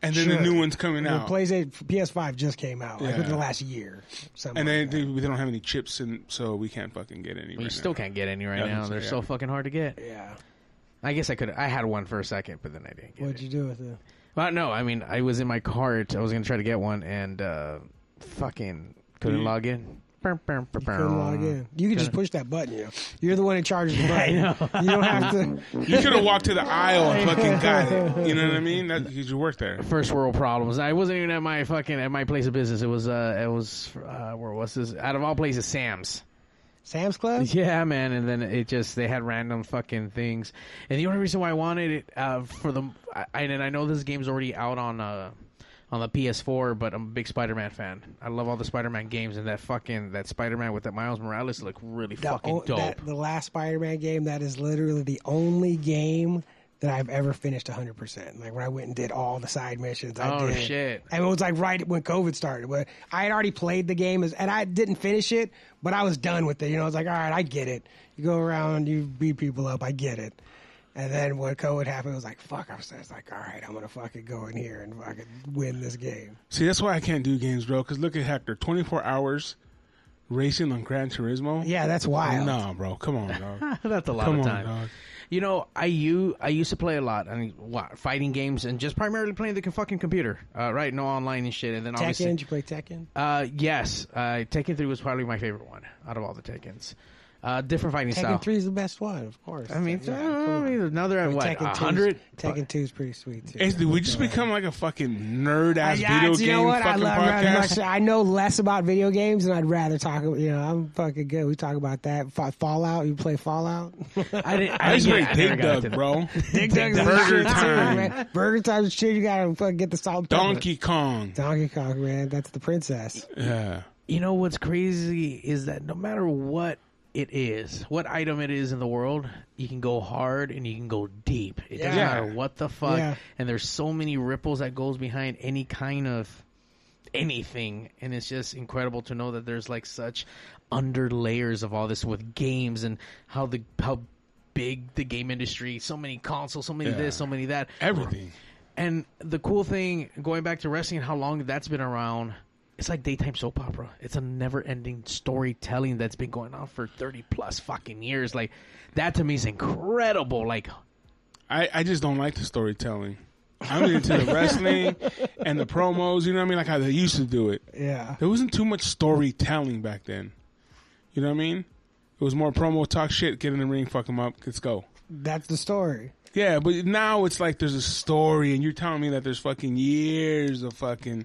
[SPEAKER 2] and then
[SPEAKER 3] Sure.
[SPEAKER 2] the new one's coming
[SPEAKER 3] The
[SPEAKER 2] out,
[SPEAKER 3] PlayStation PS5 just came out like
[SPEAKER 2] Yeah.
[SPEAKER 3] within the last year. something
[SPEAKER 2] and they,
[SPEAKER 3] like that.
[SPEAKER 2] they they don't have any chips, and so we can't fucking get any.
[SPEAKER 4] You
[SPEAKER 2] right
[SPEAKER 4] still
[SPEAKER 2] now.
[SPEAKER 4] can't get any right
[SPEAKER 2] Yeah,
[SPEAKER 4] now.
[SPEAKER 2] that's-
[SPEAKER 4] They're
[SPEAKER 2] yeah.
[SPEAKER 4] so fucking hard to get.
[SPEAKER 3] yeah.
[SPEAKER 4] I guess I could. I had one for a second, but then I didn't get
[SPEAKER 3] What'd
[SPEAKER 4] it.
[SPEAKER 3] you do with it?
[SPEAKER 4] Well, no, I mean, I was in my cart. I was gonna try to get one, and uh, fucking couldn't
[SPEAKER 2] You-
[SPEAKER 4] log in. Burr, burr, burr,
[SPEAKER 3] Couldn't log
[SPEAKER 4] Uh,
[SPEAKER 3] in. You could just push that button. You know? You're the one in charge of the button. You don't have to.
[SPEAKER 2] You should have walked to the aisle and fucking got it. You know what I mean? That because you work there.
[SPEAKER 4] First world problems. I wasn't even at my fucking at my place of business. It was uh, it was uh, where was this? Out of all places, Sam's.
[SPEAKER 3] Sam's Club.
[SPEAKER 4] Yeah, man. And then it just they had random fucking things. And the only reason why I wanted it uh, for the I, and I know this game's already out on uh on the PS4, but I'm a big Spider-Man fan. I love all the Spider-Man games, and that fucking that Spider-Man with that Miles Morales looked really
[SPEAKER 3] The
[SPEAKER 4] fucking
[SPEAKER 3] o-
[SPEAKER 4] dope.
[SPEAKER 3] oh, that- the last Spider-Man game. That is literally the only game that I've ever finished 100. percent Like when I went and did all the side missions. I
[SPEAKER 4] Oh,
[SPEAKER 3] did.
[SPEAKER 4] shit.
[SPEAKER 3] And it was like right when COVID started. But I had already played the game as, and I didn't finish it, but I was done with it. You know, I was like, all right, I get it. You go around, you beat people up. I get it. And then when COVID happened, it was like, fuck. I was just like, all right, I'm gonna fucking go in here and fucking win this game.
[SPEAKER 2] See, that's why I can't do games, bro. Because look at Hector, 24 hours racing on Gran Turismo.
[SPEAKER 3] Yeah, that's wild.
[SPEAKER 2] Nah, bro. Come on, dog.
[SPEAKER 4] That's a lot
[SPEAKER 2] Come
[SPEAKER 4] of
[SPEAKER 2] on,
[SPEAKER 4] time.
[SPEAKER 2] dog.
[SPEAKER 4] You know, I you I used to play a lot. I mean, what fighting games and just primarily playing the c- fucking computer, uh, right? No online and shit. And then obviously,
[SPEAKER 3] Tekken, did you play Tekken?
[SPEAKER 4] uh, yes, uh, Tekken Three was probably my favorite one out of all the Tekkens. Uh, different fighting style.
[SPEAKER 3] Tekken 3 is the best one, of course.
[SPEAKER 4] I mean,
[SPEAKER 3] Yeah,
[SPEAKER 4] uh,
[SPEAKER 3] cool.
[SPEAKER 4] another at what
[SPEAKER 3] Tekken 2
[SPEAKER 4] hundred?
[SPEAKER 3] Tekken 2 is pretty sweet, too.
[SPEAKER 2] Hey, did we just become like a fucking nerd ass
[SPEAKER 3] Yeah,
[SPEAKER 2] video
[SPEAKER 3] it's-
[SPEAKER 2] game
[SPEAKER 3] you know what? I
[SPEAKER 2] fucking
[SPEAKER 3] love
[SPEAKER 2] podcast?
[SPEAKER 3] I know less about video games, and I'd rather talk. You know, I'm fucking good. We talk about that. Fa- Fallout. You play Fallout?
[SPEAKER 4] I didn't.
[SPEAKER 2] I used to
[SPEAKER 4] didn't
[SPEAKER 2] make
[SPEAKER 4] get it. I never
[SPEAKER 2] Dig
[SPEAKER 4] got
[SPEAKER 2] Dug,
[SPEAKER 4] into
[SPEAKER 2] bro.
[SPEAKER 3] Dig Dug's is
[SPEAKER 2] Burger
[SPEAKER 3] shit, too,
[SPEAKER 2] Time.
[SPEAKER 3] man. Burger time is shit. You gotta fucking get the salt. and pepper.
[SPEAKER 2] Donkey Kong.
[SPEAKER 3] Donkey Kong, man. That's the princess.
[SPEAKER 2] Yeah.
[SPEAKER 4] you know what's crazy is that no matter what it is, what item it is in the world, you can go hard and you can go deep. It doesn't
[SPEAKER 2] Yeah.
[SPEAKER 4] matter what the fuck.
[SPEAKER 3] Yeah.
[SPEAKER 4] And there's so many ripples that goes behind any kind of anything and it's just incredible to know that there's like such under layers of all this with games and how the how big the game industry so many consoles so many
[SPEAKER 2] Yeah.
[SPEAKER 4] this so many that
[SPEAKER 2] Everything.
[SPEAKER 4] and the cool thing, going back to wrestling and how long that's been around, it's like daytime soap opera. It's a never ending storytelling that's been going on for 30 plus fucking years. Like, that to me is incredible. Like,
[SPEAKER 2] I, I just don't like the storytelling. I'm into the wrestling and the promos. You know what I mean? Like how they used to do it.
[SPEAKER 3] Yeah.
[SPEAKER 2] There wasn't too much storytelling back then. You know what I mean? It was more promo, talk shit, get in the ring, fuck them up, let's go.
[SPEAKER 3] That's the story.
[SPEAKER 2] Yeah, but now it's like there's a story, and you're telling me that there's fucking years of fucking,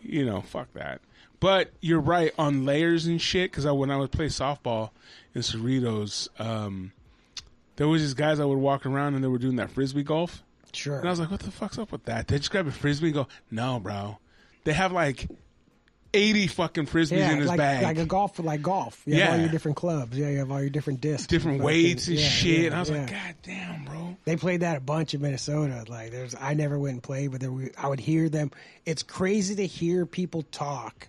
[SPEAKER 2] you know, fuck that. But you're right on layers and shit. Because I, when I would play softball in Cerritos, um, there was these guys I would walk around and they were doing that frisbee golf,
[SPEAKER 3] Sure.
[SPEAKER 2] and I was like, "What the fuck's up with that?" They just grab a frisbee and go, "No, bro." They have like eighty fucking frisbees
[SPEAKER 3] yeah,
[SPEAKER 2] in his
[SPEAKER 3] like,
[SPEAKER 2] bag,
[SPEAKER 3] like a golf, like golf. You have
[SPEAKER 2] Yeah.
[SPEAKER 3] all your different clubs. Yeah, you have all your different discs,
[SPEAKER 2] different
[SPEAKER 3] Fucking-
[SPEAKER 2] weights and
[SPEAKER 3] yeah,
[SPEAKER 2] shit.
[SPEAKER 3] yeah,
[SPEAKER 2] and I was
[SPEAKER 3] yeah.
[SPEAKER 2] like, God damn, bro.
[SPEAKER 3] They played that a bunch in Minnesota. Like there's, I never went and played, but there we, I would hear them. It's crazy to hear people talk.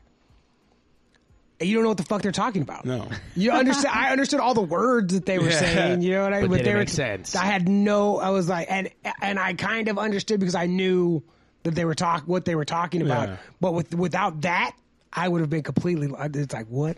[SPEAKER 3] And you don't know what the fuck they're talking about.
[SPEAKER 2] No.
[SPEAKER 3] You understand? I understood all the words that they were
[SPEAKER 2] Yeah.
[SPEAKER 3] saying. You know what I mean?
[SPEAKER 4] But did it
[SPEAKER 3] they
[SPEAKER 4] make sense?
[SPEAKER 3] I had no. I was like, and and I kind of understood because I knew that they were talk what they were talking about.
[SPEAKER 2] Yeah.
[SPEAKER 3] But with without that, I would have been completely. It's like what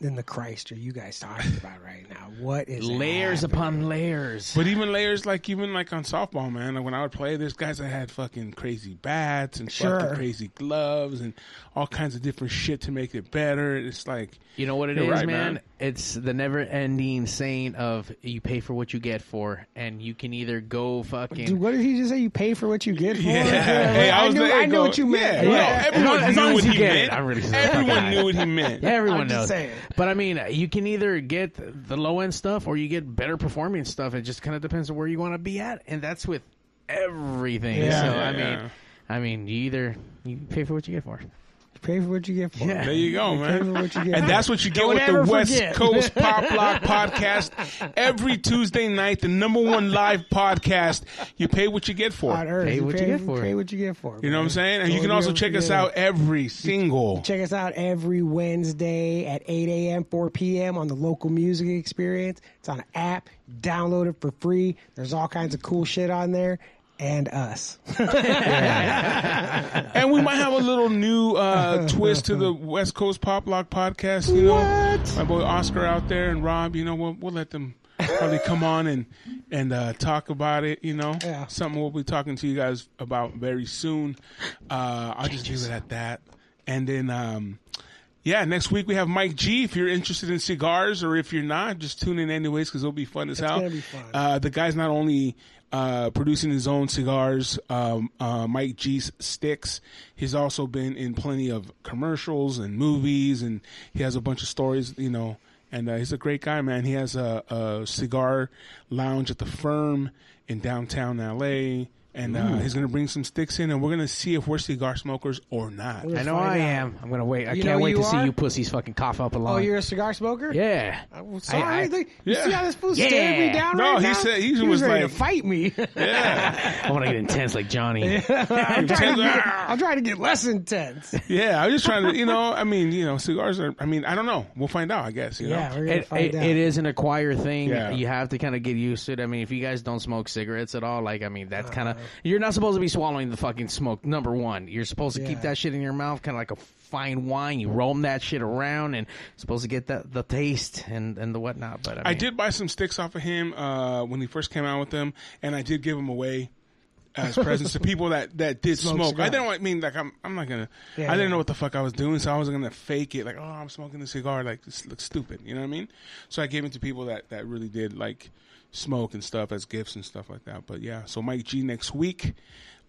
[SPEAKER 3] in the Christ are you guys talking about right now? What is
[SPEAKER 4] Layers
[SPEAKER 3] happening?
[SPEAKER 4] upon layers.
[SPEAKER 2] But even layers like even like on softball, man. Like when I would play, there's guys that had fucking crazy bats and
[SPEAKER 3] Sure.
[SPEAKER 2] fucking crazy gloves and all kinds of different shit to make it better. It's like
[SPEAKER 4] You know what it is,
[SPEAKER 2] You're right,
[SPEAKER 4] man?
[SPEAKER 2] man.
[SPEAKER 4] It's the never-ending saying of you pay for what you get for, and you can either go fucking.
[SPEAKER 3] Dude, what did he just say? You pay for what you get for.
[SPEAKER 2] Yeah.
[SPEAKER 3] Yeah,
[SPEAKER 2] Hey,
[SPEAKER 3] like,
[SPEAKER 2] I, was
[SPEAKER 3] knew,
[SPEAKER 2] there
[SPEAKER 3] I knew
[SPEAKER 2] going,
[SPEAKER 3] what you meant.
[SPEAKER 2] Yeah,
[SPEAKER 4] Yeah.
[SPEAKER 2] No, everyone
[SPEAKER 4] As long
[SPEAKER 2] knew
[SPEAKER 4] as
[SPEAKER 2] what
[SPEAKER 4] you
[SPEAKER 2] he
[SPEAKER 4] get it,
[SPEAKER 2] meant.
[SPEAKER 4] I'm really sorry.
[SPEAKER 2] everyone knew what he meant.
[SPEAKER 4] Everyone
[SPEAKER 3] I'm just
[SPEAKER 4] knows.
[SPEAKER 3] saying.
[SPEAKER 4] But I mean, you can either get the low end stuff or you get better performing stuff. It just kind of depends on where you want to be at, and that's with everything.
[SPEAKER 3] Yeah.
[SPEAKER 4] so
[SPEAKER 2] Yeah,
[SPEAKER 4] I mean,
[SPEAKER 2] yeah.
[SPEAKER 4] I mean, you either you pay for what you get for.
[SPEAKER 3] Pay for what you get for.
[SPEAKER 4] Yeah.
[SPEAKER 2] There you go,
[SPEAKER 3] pay for
[SPEAKER 2] man.
[SPEAKER 3] what you get.
[SPEAKER 2] And that's what you get
[SPEAKER 3] Don't
[SPEAKER 2] with the
[SPEAKER 3] ever
[SPEAKER 2] West
[SPEAKER 3] forget.
[SPEAKER 2] Coast Pop Lock Podcast every Tuesday night, the number one live podcast. You pay what you get for.
[SPEAKER 3] on
[SPEAKER 2] it.
[SPEAKER 3] earth.
[SPEAKER 4] Pay what you get for it.
[SPEAKER 3] Pay what you get for.
[SPEAKER 2] You know what I'm saying? And you can also check us out every single.
[SPEAKER 3] Check us out every Wednesday at 8 a.m., 4 p.m. on the local music experience. It's on an app. Download it for free. There's all kinds of cool shit on there. And us.
[SPEAKER 2] And we might have a little new uh, twist to the West Coast Pop Lock podcast. You know,
[SPEAKER 3] What?
[SPEAKER 2] my boy Oscar out there and Rob. You know, we'll, we'll let them probably come on and and uh, talk about it. You know,
[SPEAKER 3] Yeah.
[SPEAKER 2] something we'll be talking to you guys about very soon. Uh, I'll just leave it at that. And then, um, yeah, next week we have Mike G. If you're interested in cigars, or if you're not, just tune in anyways because it'll be fun as hell.
[SPEAKER 3] gonna be fun.
[SPEAKER 2] Uh, the guy's not only uh, producing his own cigars, um, uh, Mike G's sticks. He's also been in plenty of commercials and movies, and he has a bunch of stories, you know. And uh, he's a great guy, man. He has a, a cigar lounge at the firm in downtown LA. And
[SPEAKER 3] Mm.
[SPEAKER 2] uh, he's going to bring some sticks in, and we're going to see if we're cigar smokers or not.
[SPEAKER 4] I
[SPEAKER 3] find
[SPEAKER 4] know
[SPEAKER 3] out.
[SPEAKER 4] I am. I'm gonna wait. I
[SPEAKER 3] You
[SPEAKER 4] can't
[SPEAKER 3] know
[SPEAKER 4] wait
[SPEAKER 3] you
[SPEAKER 4] to see
[SPEAKER 3] are?
[SPEAKER 4] you pussies fucking cough up a lung.
[SPEAKER 3] Oh, you're a cigar smoker?
[SPEAKER 4] yeah.
[SPEAKER 3] I'm sorry.
[SPEAKER 4] I- I-
[SPEAKER 3] Look, you
[SPEAKER 2] Yeah.
[SPEAKER 3] see how this fool
[SPEAKER 4] Yeah.
[SPEAKER 3] stared me down
[SPEAKER 2] No,
[SPEAKER 3] right
[SPEAKER 2] he
[SPEAKER 3] now?
[SPEAKER 2] said- he
[SPEAKER 3] was,
[SPEAKER 2] was
[SPEAKER 3] ready to
[SPEAKER 2] like-
[SPEAKER 3] fight me.
[SPEAKER 4] I want to get intense like Johnny.
[SPEAKER 3] I'm, trying to get, I'm trying to get less intense.
[SPEAKER 2] uh, Yeah, I'm just trying to, you know, I mean, you know, cigars are, I mean, I don't know. We'll find out, I guess, you
[SPEAKER 3] Yeah,
[SPEAKER 2] know.
[SPEAKER 3] we're gonna
[SPEAKER 4] it,
[SPEAKER 3] find
[SPEAKER 4] it-
[SPEAKER 3] out.
[SPEAKER 4] it is an acquired thing.
[SPEAKER 2] Yeah.
[SPEAKER 4] You have to kind of get used to it. I mean, if you guys don't smoke cigarettes at all, like, I mean, that's kind
[SPEAKER 3] Uh-huh.
[SPEAKER 4] of, you're not supposed to be swallowing the fucking smoke, number one. You're supposed to
[SPEAKER 3] Yeah.
[SPEAKER 4] keep that shit in your mouth, kind of like a fine wine. You roam that shit around and supposed to get that, the taste and, and the whatnot. But I,
[SPEAKER 2] I
[SPEAKER 4] mean,
[SPEAKER 2] did buy some sticks off of him uh, when he first came out with them, and I did give them away as presents to people that, that did
[SPEAKER 3] Smoke
[SPEAKER 2] smoke. I
[SPEAKER 3] cigars.
[SPEAKER 2] didn't want, I mean, like, I'm, I'm not going to,
[SPEAKER 3] Yeah,
[SPEAKER 2] I didn't
[SPEAKER 3] yeah.
[SPEAKER 2] know what the fuck I was doing, so I wasn't going to fake it. Like, oh, I'm smoking a cigar. Like, this looks stupid. You know what I mean? So I gave it to people that, that really did, like, smoke and stuff as gifts and stuff like that. But yeah, so Mike G next week.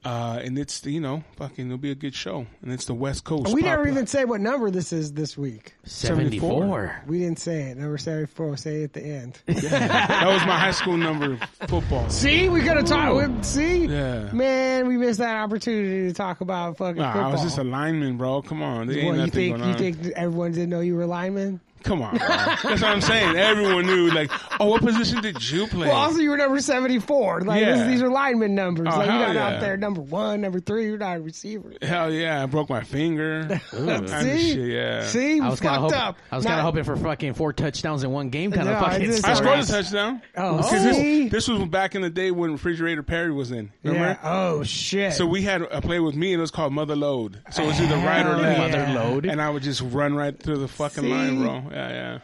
[SPEAKER 2] Uh, and it's, you know, fucking, it'll be a good show. And it's the West Coast.
[SPEAKER 3] We
[SPEAKER 2] Pop
[SPEAKER 3] never
[SPEAKER 2] Rock.
[SPEAKER 3] even said what number this is this week.
[SPEAKER 4] 74.
[SPEAKER 2] 74.
[SPEAKER 3] We didn't say it. Number 74, we'll say it at the end.
[SPEAKER 2] That was my high school number football.
[SPEAKER 3] see, we could have talked. we- See?
[SPEAKER 2] Yeah.
[SPEAKER 3] Man, we missed that opportunity to talk about fucking
[SPEAKER 2] Nah,
[SPEAKER 3] football.
[SPEAKER 2] I was just a lineman, bro. Come on, there ain't
[SPEAKER 3] Well,
[SPEAKER 2] nothing
[SPEAKER 3] you think
[SPEAKER 2] going
[SPEAKER 3] you
[SPEAKER 2] on.
[SPEAKER 3] think everyone didn't know you were a lineman?
[SPEAKER 2] Come on, bro. that's what I'm saying. Everyone knew, like, oh, what position did you play?
[SPEAKER 3] Well, also you were number seventy four. Like
[SPEAKER 2] Yeah.
[SPEAKER 3] this- these are lineman numbers.
[SPEAKER 2] Oh,
[SPEAKER 3] like you're not
[SPEAKER 2] hell yeah.
[SPEAKER 3] out there number one, number three. You're not a receiver.
[SPEAKER 2] Hell yeah, I broke my finger. All kinds of
[SPEAKER 3] See,
[SPEAKER 2] shit, yeah.
[SPEAKER 3] see, we
[SPEAKER 4] I was
[SPEAKER 3] fucked
[SPEAKER 4] kind of
[SPEAKER 3] up.
[SPEAKER 4] hoping, I was kind
[SPEAKER 3] Not-
[SPEAKER 4] of hoping for fucking four touchdowns in one game, kind
[SPEAKER 3] No,
[SPEAKER 4] of
[SPEAKER 3] I
[SPEAKER 4] fucking.
[SPEAKER 3] just-
[SPEAKER 2] I
[SPEAKER 4] story.
[SPEAKER 2] scored a touchdown.
[SPEAKER 3] Oh,
[SPEAKER 2] 'Cause
[SPEAKER 3] see?
[SPEAKER 2] this, this was back in the day when Refrigerator Perry was in. Remember?
[SPEAKER 3] Yeah. Oh shit.
[SPEAKER 2] So we had a play with me, and it was called Mother Load. So it was either right or
[SPEAKER 3] Hell
[SPEAKER 2] left.
[SPEAKER 3] yeah. Mother
[SPEAKER 4] Load.
[SPEAKER 2] And I would just run right through the fucking
[SPEAKER 3] See?
[SPEAKER 2] line, bro. Yeah, yeah.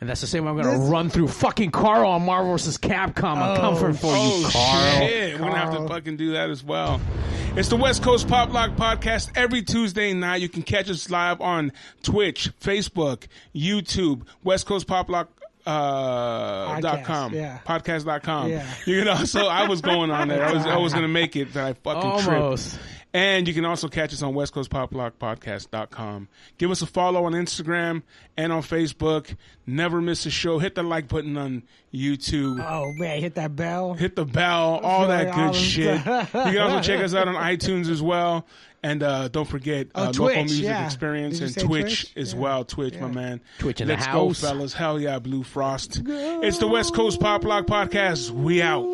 [SPEAKER 4] And that's the same way I'm going
[SPEAKER 3] This-
[SPEAKER 4] to run through fucking Carl on Marvel vs. Capcom. I'm
[SPEAKER 3] Oh,
[SPEAKER 4] coming for you,
[SPEAKER 2] Oh
[SPEAKER 4] Carl.
[SPEAKER 2] shit! We're gonna have
[SPEAKER 3] Carl.
[SPEAKER 2] to fucking do that as well. It's the West Coast Pop Lock Podcast every Tuesday night. You can catch us live on Twitch, Facebook, YouTube, West Coast Pop Lock. Uh, dot
[SPEAKER 3] Podcast,
[SPEAKER 2] com
[SPEAKER 3] yeah.
[SPEAKER 2] podcast dot com
[SPEAKER 3] Yeah.
[SPEAKER 2] you can also I was going on there I was I was gonna make it but I fucking tripped
[SPEAKER 4] Almost.
[SPEAKER 2] And you can also catch us on West Coast Pop Lock Podcast.com. Give us a follow on Instagram and on Facebook. Never miss a show. Hit the like button on YouTube.
[SPEAKER 3] Oh man, hit that bell.
[SPEAKER 2] Hit the bell, all that
[SPEAKER 3] all
[SPEAKER 2] good
[SPEAKER 3] of
[SPEAKER 2] shit. you can also check us out on iTunes as well. And uh, don't forget uh, local
[SPEAKER 3] Oh, Twitch,
[SPEAKER 2] music
[SPEAKER 3] yeah.
[SPEAKER 2] experience
[SPEAKER 3] Did you
[SPEAKER 2] and
[SPEAKER 3] say
[SPEAKER 2] Twitch,
[SPEAKER 3] Twitch?
[SPEAKER 2] as
[SPEAKER 3] Yeah.
[SPEAKER 2] well. Twitch, my man.
[SPEAKER 4] Twitch in the
[SPEAKER 2] Let's
[SPEAKER 4] house.
[SPEAKER 2] go, fellas. Hell yeah, Blue Frost. It's the West Coast Pop Lock Podcast. We out.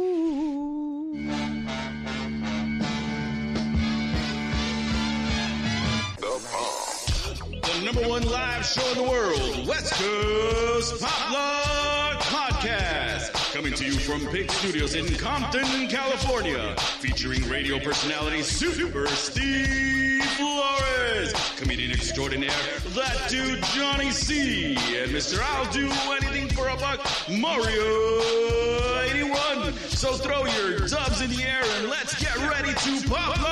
[SPEAKER 1] The number one live show in the world, West Coast Pop Lock Podcast. Coming to you from Pig Studios in Compton, California. Featuring radio personality Super Steve Flores. Comedian extraordinaire, that dude Johnny C. And Mr. I'll do anything for a buck, Mario 81. So throw your dubs in the air and let's get ready to pop lock.